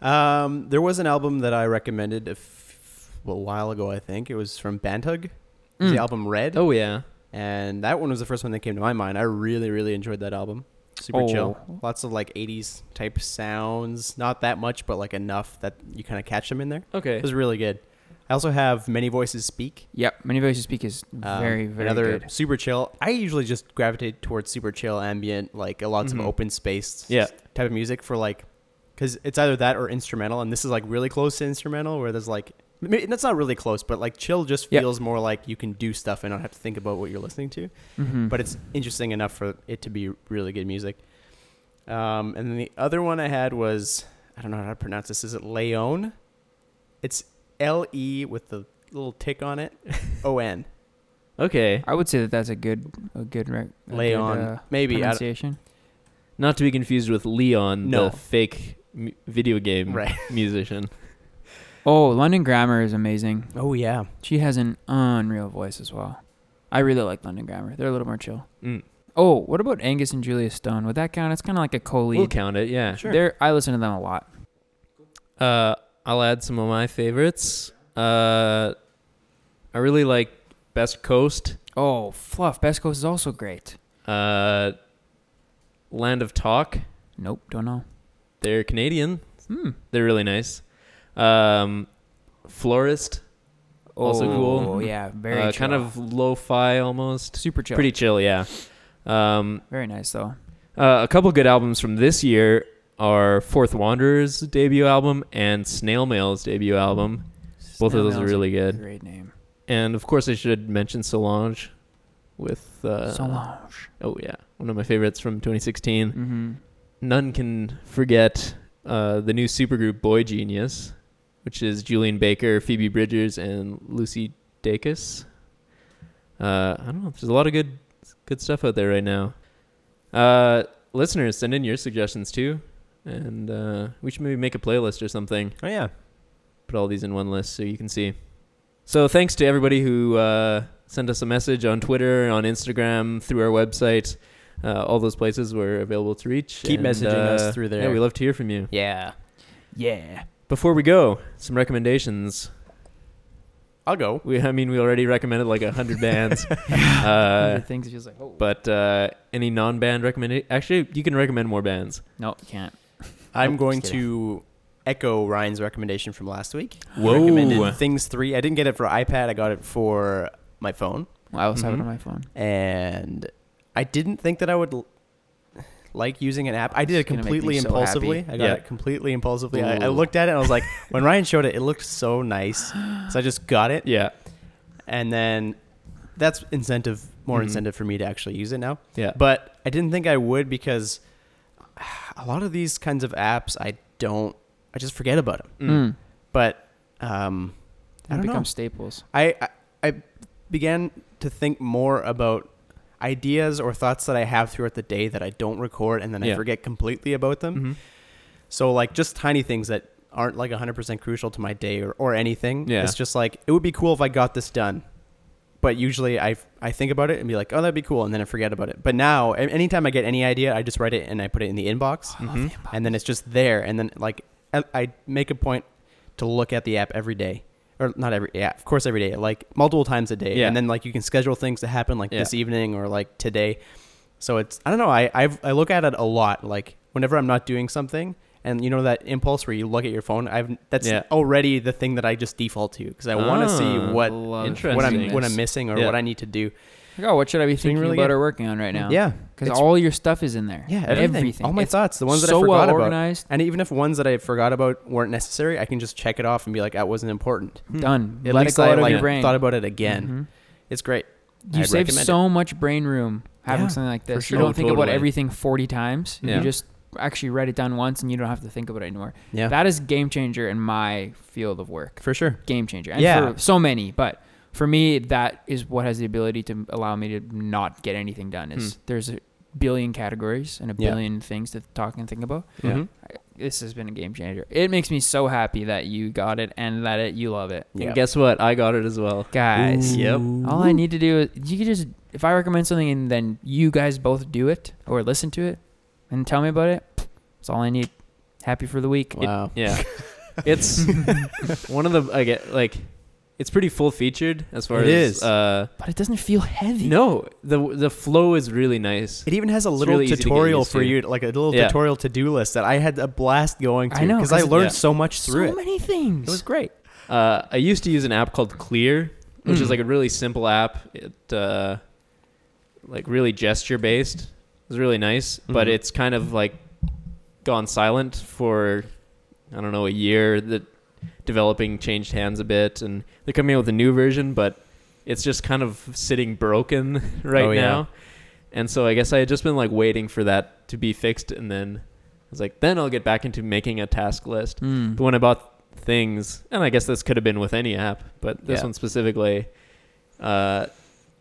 B: Um, there was an album that I recommended a, f- a while ago. I think it was from Bantug. It was
C: Mm.
B: The album Red,
A: Oh yeah.
B: and that one was the first one that came to my mind. I really, really enjoyed that album. Super chill.
C: Oh.
B: Lots of like '80s type sounds. Not that much, but like enough that you kind of catch them in there.
A: Okay.
B: It was really good. I also have Many Voices Speak.
C: Yep. Many Voices Speak is
B: Um,
C: very, very
B: another
C: good.
B: super chill. I usually just gravitate towards super chill ambient, like uh, lots
A: Mhm.
B: of
C: Mm-hmm.
B: open space
A: Yeah.
B: type of music for like, because it's either that or instrumental, and this is like really close to instrumental, where there's like, maybe, that's not really close, but like chill just
C: Yeah.
B: feels more like you can do stuff and not have to think about what you're listening to.
C: Mhm.
B: But it's interesting enough for it to be really good music. Um, and then the other one I had was I don't know how to pronounce this. Is it Leon? It's L E with the little tick on it, O N.
A: Okay.
C: I would say that that's a good, a good, rec- a
B: Lay
C: good,
B: on.
C: uh,
B: Maybe, I don't-
C: pronunciation.
A: Not to be confused with Leon,
B: No.
A: the fake m- video game
B: Right.
A: musician.
C: Oh, London Grammar is amazing.
B: Oh yeah.
C: She has an unreal voice as well. I really like London Grammar. They're a little more chill.
A: Mm.
C: Oh, what about Angus and Julia Stone? Would that count? It's kind of like a
A: We'll
C: co-lead.
A: count it. Yeah.
B: Sure.
C: They're, I listen to them a lot.
A: Uh, I'll add some of my favorites. Uh, I really like Best Coast,
C: Oh, Fluff. Best Coast is also great.
A: uh, Land of Talk.
C: Nope, don't know.
A: They're Canadian.
C: Hmm.
A: They're really nice. Um, Florist, Also cool.
C: Oh yeah, very
A: uh,
C: chill.
A: kind of lo-fi almost.
C: super chill.
A: Pretty chill, yeah. Um,
C: very nice though.
A: uh, a couple good albums from this year are Fourth Wanderer's debut album and Snail Mail's debut album, Both of
C: Snail
A: those are
C: Mail's a
A: really good.
C: Great name.
A: and of course I should mention Solange. with uh,
C: Solange.
A: Oh yeah, one of my favorites from 2016.
C: Mm-hmm.
A: None can forget uh, the new supergroup Boy Genius, which is Julian Baker, Phoebe Bridgers, and Lucy Dacus. Uh, I don't know. There's a lot of good good stuff out there right now. Uh, listeners, send in your suggestions too, and uh, we should maybe make a playlist or something
B: Oh yeah.
A: put all these in one list so you can see. So thanks to everybody who uh, sent us a message on Twitter, on Instagram, through our website. Uh, all those places were available to reach.
B: Keep messaging us
A: uh,
B: through
A: Yeah,
B: there.
A: we love to hear from you.
B: Yeah.
C: Yeah.
A: Before we go, some recommendations.
B: I'll go.
A: We, I mean, we already recommended like a hundred bands, uh,
C: Other things it feels like oh
A: but uh, any non-band recommendation? Actually, you can recommend more bands.
C: no you can't.
B: I'm
A: Nope,
B: going
A: just kidding.
B: to echo Ryan's recommendation from last week. I
A: Whoa.
B: Recommended Things 3. I didn't get it for iPad. I got it for my phone.
C: Well, I also have
A: Mhm.
C: it on my phone.
B: And I didn't think that I would l- like using an app. I did it
C: It's gonna make me
B: completely
C: so
B: impulsively. I got
A: Yeah.
B: it completely impulsively. I, I
C: Ooh.
B: looked at it and I was like, when Ryan showed it, it looked so nice. So I just got it.
A: Yeah,
B: And then that's incentive, more
A: Mhm.
C: Mm-hmm.
B: incentive for me to actually use it now.
A: yeah.
B: But I didn't think I would because a lot of these kinds of apps, I don't, I just forget about them.
A: Mm.
B: But um, I don't
C: It
B: know.
C: Hmm. becomes staples.
B: I, I I began to think more about ideas or thoughts that I have throughout the day that I don't record and then I
A: Yeah.
B: forget completely about them.
A: Mhm.
B: So like just tiny things that aren't like 100% crucial to my day or, or anything.
A: Yeah.
B: It's just like it would be cool if I got this done. But usually I I think about it and be like, "Oh, that'd be cool," and then I forget about it. But now, a- anytime I get any idea, I just write it and I put it in the inbox
A: Mhm.
B: and then it's just there and then like I, I make a point to look at the app every day or not every yeah of course every day like multiple times a day
A: Yeah.
B: and then like you can schedule things to happen like
A: Yeah.
B: this evening or like today so it's i don't know i I've, i look at it a lot like whenever i'm not doing something and you know that impulse where you look at your phone i've that's
A: Yeah.
B: already the thing that i just default to because i want to
A: Ah,
B: see what
C: Love
A: interesting.
B: what i'm what i'm
C: this.
B: missing or
A: Yeah.
B: what i need to do
C: Like, oh, what should I be
B: It's doing
C: thinking
B: really
C: about
B: good.
C: or working on right now?
B: Mm, yeah
C: because
B: It's-
C: all your stuff is in there.
B: yeah everything, all my
C: It's
B: thoughts the ones that
C: so
B: i forgot
C: well
B: about
C: organized.
B: And even if ones that I forgot about weren't necessary, I can just check it off and be like, that wasn't important.
A: Hmm.
C: Done.
B: At
C: Let
B: least
C: it go
B: I
C: out of
B: like
C: your brain.
B: thought about it again.
C: Mhm.
B: It's great.
C: You
B: I'd
C: save
B: recommend
C: so much brain room having
B: Yeah,
C: something like
A: for
C: this.
A: sure.
C: You
A: Oh,
C: don't think about
A: totally.
C: everything 40 times.
A: Yeah.
C: You just actually write it down once and you don't have to think about it anymore.
B: it. Yeah,
C: That is game changer in my field of work.
B: for sure.
C: Game changer. And
B: Yeah.
C: for so many, but for me that is what has the ability to allow me to not get anything done is there's a billion categories and a
B: Hmm. Yeah.
C: billion things to talk and think about.
A: Yeah.
B: Mhm.
C: This has been a game changer. It makes me so happy that you got it and that it you love it.
A: And
B: Yeah.
A: guess what? I got it as well.
C: Guys,
A: Yep.
C: all I need to do is you can just if I recommend something and then you guys both do it or listen to it and tell me about it. That's all I need. Happy for the week.
B: Wow.
A: Yeah. it's one of the I get like it's pretty full featured as far
B: It
A: as
B: is.
A: uh
C: But it doesn't feel heavy.
A: no, the the flow is really nice.
B: It even has a little
A: really easy to get
B: tutorial
A: used
B: for
A: to.
B: you, like a little
A: Yeah.
B: tutorial to do list that I had a blast going to
C: I know,
B: because I
C: 'cause it-
B: learned
A: yeah.
B: so much
C: so
B: through it.
C: many things.
B: It was great.
A: Uh I used to use an app called Clear, which is
B: Hmm.
C: Mm.
A: like a really simple app. It uh like really gesture based. It's really nice, but
B: Mhm.
A: it's kind of like gone silent for I don't know, a year that developing changed hands a bit and they're coming out with a new version, but it's just kind of sitting broken right
B: Oh, yeah.
A: now. And so I guess I had just been like waiting for that to be fixed and then I was like, then I'll get back into making a task list.
C: Mm.
A: But when I bought things, and I guess this could have been with any app, but this
B: Yeah.
A: one specifically, uh,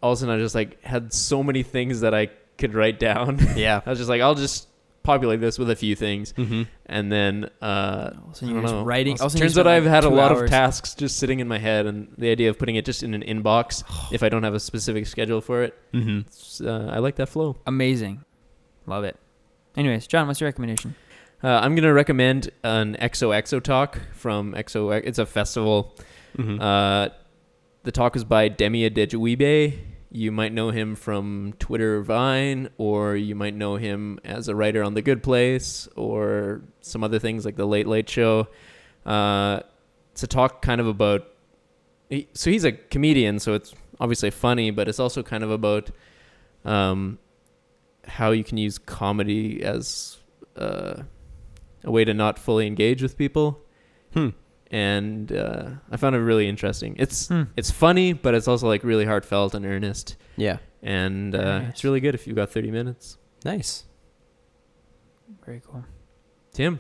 A: all of a sudden I just like had so many things that I could write down.
B: Yeah.
A: I was just like, I'll just populate this with a few things.
B: mm-hmm.
A: And then uh,
C: All of a
A: I
C: sudden you're
A: don't
C: just
A: know.
C: writing.
A: Also,
C: all of a sudden you
A: turns out
C: spend
A: I've
C: like
A: had a
C: two
A: lot of
C: hours.
A: tasks just sitting in my head, and the idea of putting it just in an inbox
C: Oh.
A: if I don't have a specific schedule for it,
B: Mm-hmm.
A: it's, uh, I like that flow.
C: Amazing. Love it. Anyways, John, what's your recommendation?
A: Uh, I'm gonna recommend an XOXO talk from XO. It's a festival.
B: Mm-hmm.
A: Uh, the talk is by Demi Adejuibe. You might know him from Twitter or Vine, or you might know him as a writer on The Good Place, or some other things like The Late Late Show. Uh, it's a talk kind of about. He, so he's a comedian, so it's obviously funny, but it's also kind of about um, how you can use comedy as uh, a way to not fully engage with people
B: hmm.
A: and uh, I found it really interesting. It's
C: Hmm.
A: it's funny, but it's also like really heartfelt and earnest.
B: Yeah.
A: and
C: Very
A: uh,
C: nice.
A: it's really good if you've got 30 minutes.
B: Nice.
C: Very cool.
A: Tim,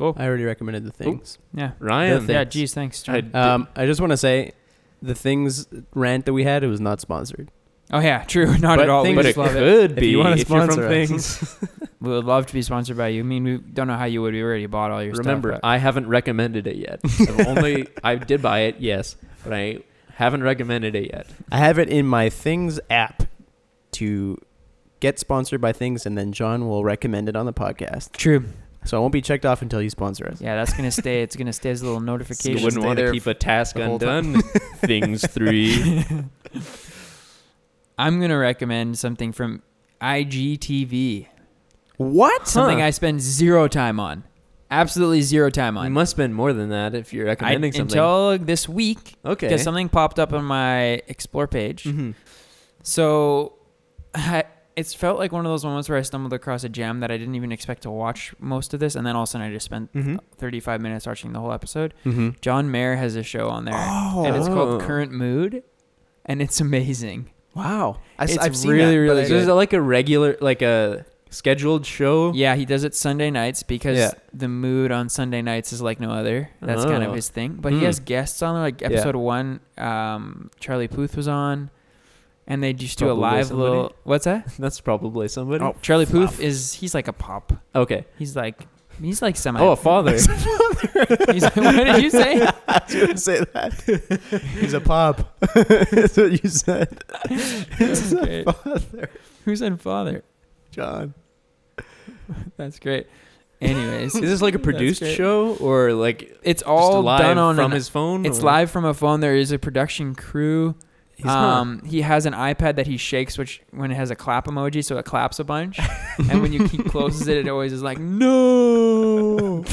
B: I already recommended the things.
C: Yeah.
A: Ryan,
C: Yeah. Geez, thanks. John.
A: I-
B: Um, I just want to say, the things rant that we had, it was not sponsored.
C: oh yeah, true. Not
B: But
C: at all. We
B: things-
A: but it
C: just love it.
A: could
B: If
A: be
B: you wanna
A: you're from
B: sponsor us.
A: things.
C: We would love to be sponsored by you. I mean, we don't know how you would. We already bought all your
A: Remember,
C: stuff.
A: I haven't recommended it yet. I've only I did buy it, yes, but I haven't recommended it yet.
B: I have it in my Things app to get sponsored by Things, and then John will recommend it on the podcast.
C: But true.
B: So I won't be checked off until you sponsor us.
C: Yeah, that's gonna stay. It's gonna stay as a little
A: You
C: notification.
A: wouldn't
B: stay
A: want to
B: there
A: keep a task
B: the whole
A: undone. things three.
C: I'm gonna recommend something from IGTV.
B: What?
C: Something
A: Huh.
C: I spend zero time on. Absolutely zero time
A: You
C: on.
A: must spend more than that if you're
C: I,
A: recommending something.
C: until this week,
A: okay.
C: because something popped up on my explore page.
A: Mhm.
C: So I, it's felt like one of those moments where I stumbled across a gem that I didn't even expect to watch most of this, and then all of a sudden I just spent
A: Mhm.
C: 35 minutes watching the whole episode.
B: Mm-hmm.
C: John Mayer has a show on there,
B: Oh,
C: and it's called
A: Oh.
C: Current Mood, and it's amazing.
B: wow! I,
C: It's
B: have seen
C: really,
B: that,
C: really
B: but
A: So
B: I-
A: is it like a regular, like a scheduled show?
C: Yeah, he does it Sunday nights because
B: Yeah.
C: the mood on Sunday nights is like no other. That's kind of
A: Oh.
C: his thing. But
A: Hmm.
C: he has guests on there, like
B: Yeah.
C: episode one, um, Charlie Puth was on, and they just do
A: Probably
C: a live
A: somebody.
C: little. What's that?
A: That's probably somebody.
B: Oh,
C: Charlie
B: fluff.
C: Puth is he's like a pop.
A: Okay.
C: He's like he's like semi.
A: Oh, a father.
C: he's like, what did you say?
B: I was gonna say that. He's a pop. That's what you said. He's
C: Okay.
B: a father,
C: Who said father?
B: John.
C: That's great. Anyways,
A: Is this like a
C: That's
A: produced
C: great.
A: show or like
C: It's
A: all
C: all
A: live
C: done on
A: from
C: an-
A: his phone?
C: It's
A: or-
C: live from a phone. There is a production crew.
A: He's not-
C: Um, he has an iPad that he shakes, which when it has a clap emoji, so it claps a bunch. and when you he closes it, it always is like no.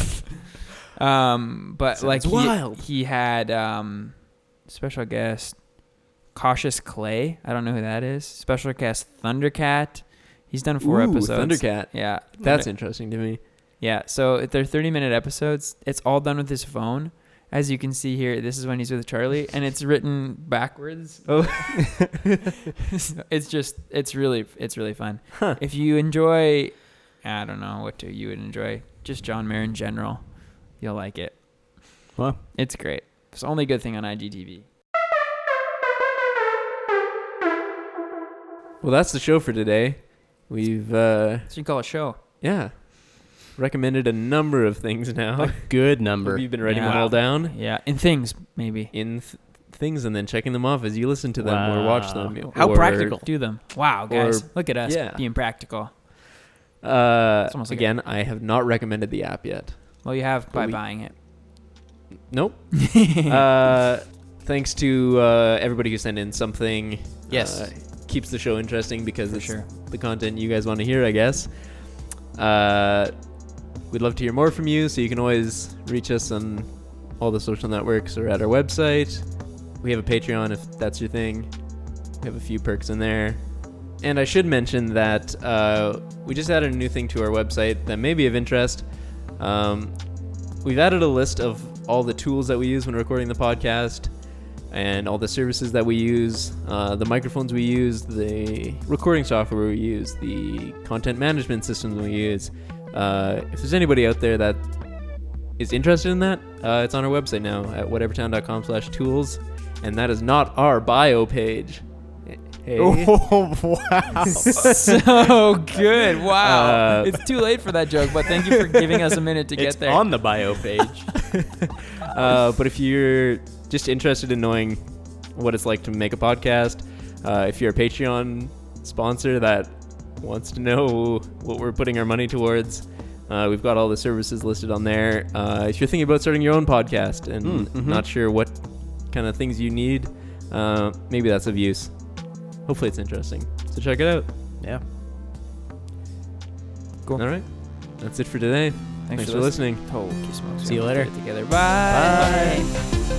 C: um, but
A: Sounds
C: like he,
A: wild.
C: he had um, special guest Cautious Clay. I don't know who that is. Special guest Thundercat. He's done four
A: Ooh,
C: episodes.
A: Thundercat.
C: Yeah,
A: That's interesting to me.
C: yeah, so if they're 30 minute episodes. It's all done with his phone. As you can see here, this is when he's with Charlie, and it's written backwards.
A: Oh.
C: So it's just, it's really, it's really fun.
A: Huh.
C: If you enjoy, I don't know what to, you would enjoy, just John Mayer in general, you'll like it.
B: Wow.
C: It's great. It's the only good thing on IGTV.
A: Well, that's the show for today. We've uh,
C: So you call it show.
A: yeah recommended a number of things
C: Um,
A: now.
B: A good
A: Have
B: number.
A: you been writing them
C: Yeah.
A: all down
C: Yeah, in things, maybe.
A: in th- things and then checking them off as you listen to them or watch them?
B: Wow.
C: How
A: or-
C: practical. Do them. Wow, guys.
A: or-
C: Look at us
A: yeah.
C: being practical.
A: Uh,
C: It's almost like a-
A: again, I have not recommended the app yet.
C: Well, you have by
A: we-
C: buying it.
A: Nope. uh, thanks to uh, everybody who sent in something.
B: Yes.
A: Uh, keeps the show interesting because
C: For
A: it's
C: sure.
A: the content you guys want to hear, I guess. Uh, we'd love to hear more from you, so you can always reach us on all the social networks or at our website. We have a Patreon if that's your thing. We have a few perks in there. And I should mention that uh, we just added a new thing to our website that may be of interest. Um, we've added a list of all the tools that we use when recording the podcast and all the services that we use, uh, the microphones we use, the recording software we use, the content management systems we use. Uh, if there's anybody out there that is interested in that, uh, it's on our website now at whatevertown.com slash tools. And that is not our bio page. Hey.
B: Oh wow!
C: so good. Wow.
A: Uh,
C: it's too late for that joke, but thank you for giving us a minute to
B: it's
C: get there.
B: on the bio page.
A: Uh, but if you're just interested in knowing what it's like to make a podcast, uh, if you're a Patreon sponsor that wants to know what we're putting our money towards, uh, we've got all the services listed on there. Uh, if you're thinking about starting your own podcast and
B: Mm, mhm.
A: not sure what kind of things you need, uh, maybe that's of use. Hopefully, it's interesting. So check it out.
B: yeah.
C: Cool.
A: All right. That's it for today. Thanks, for listening.
C: listening. Holy smokes.
B: See you
C: We're gonna
B: later.
C: do it Together.
B: Bye.
C: Bye.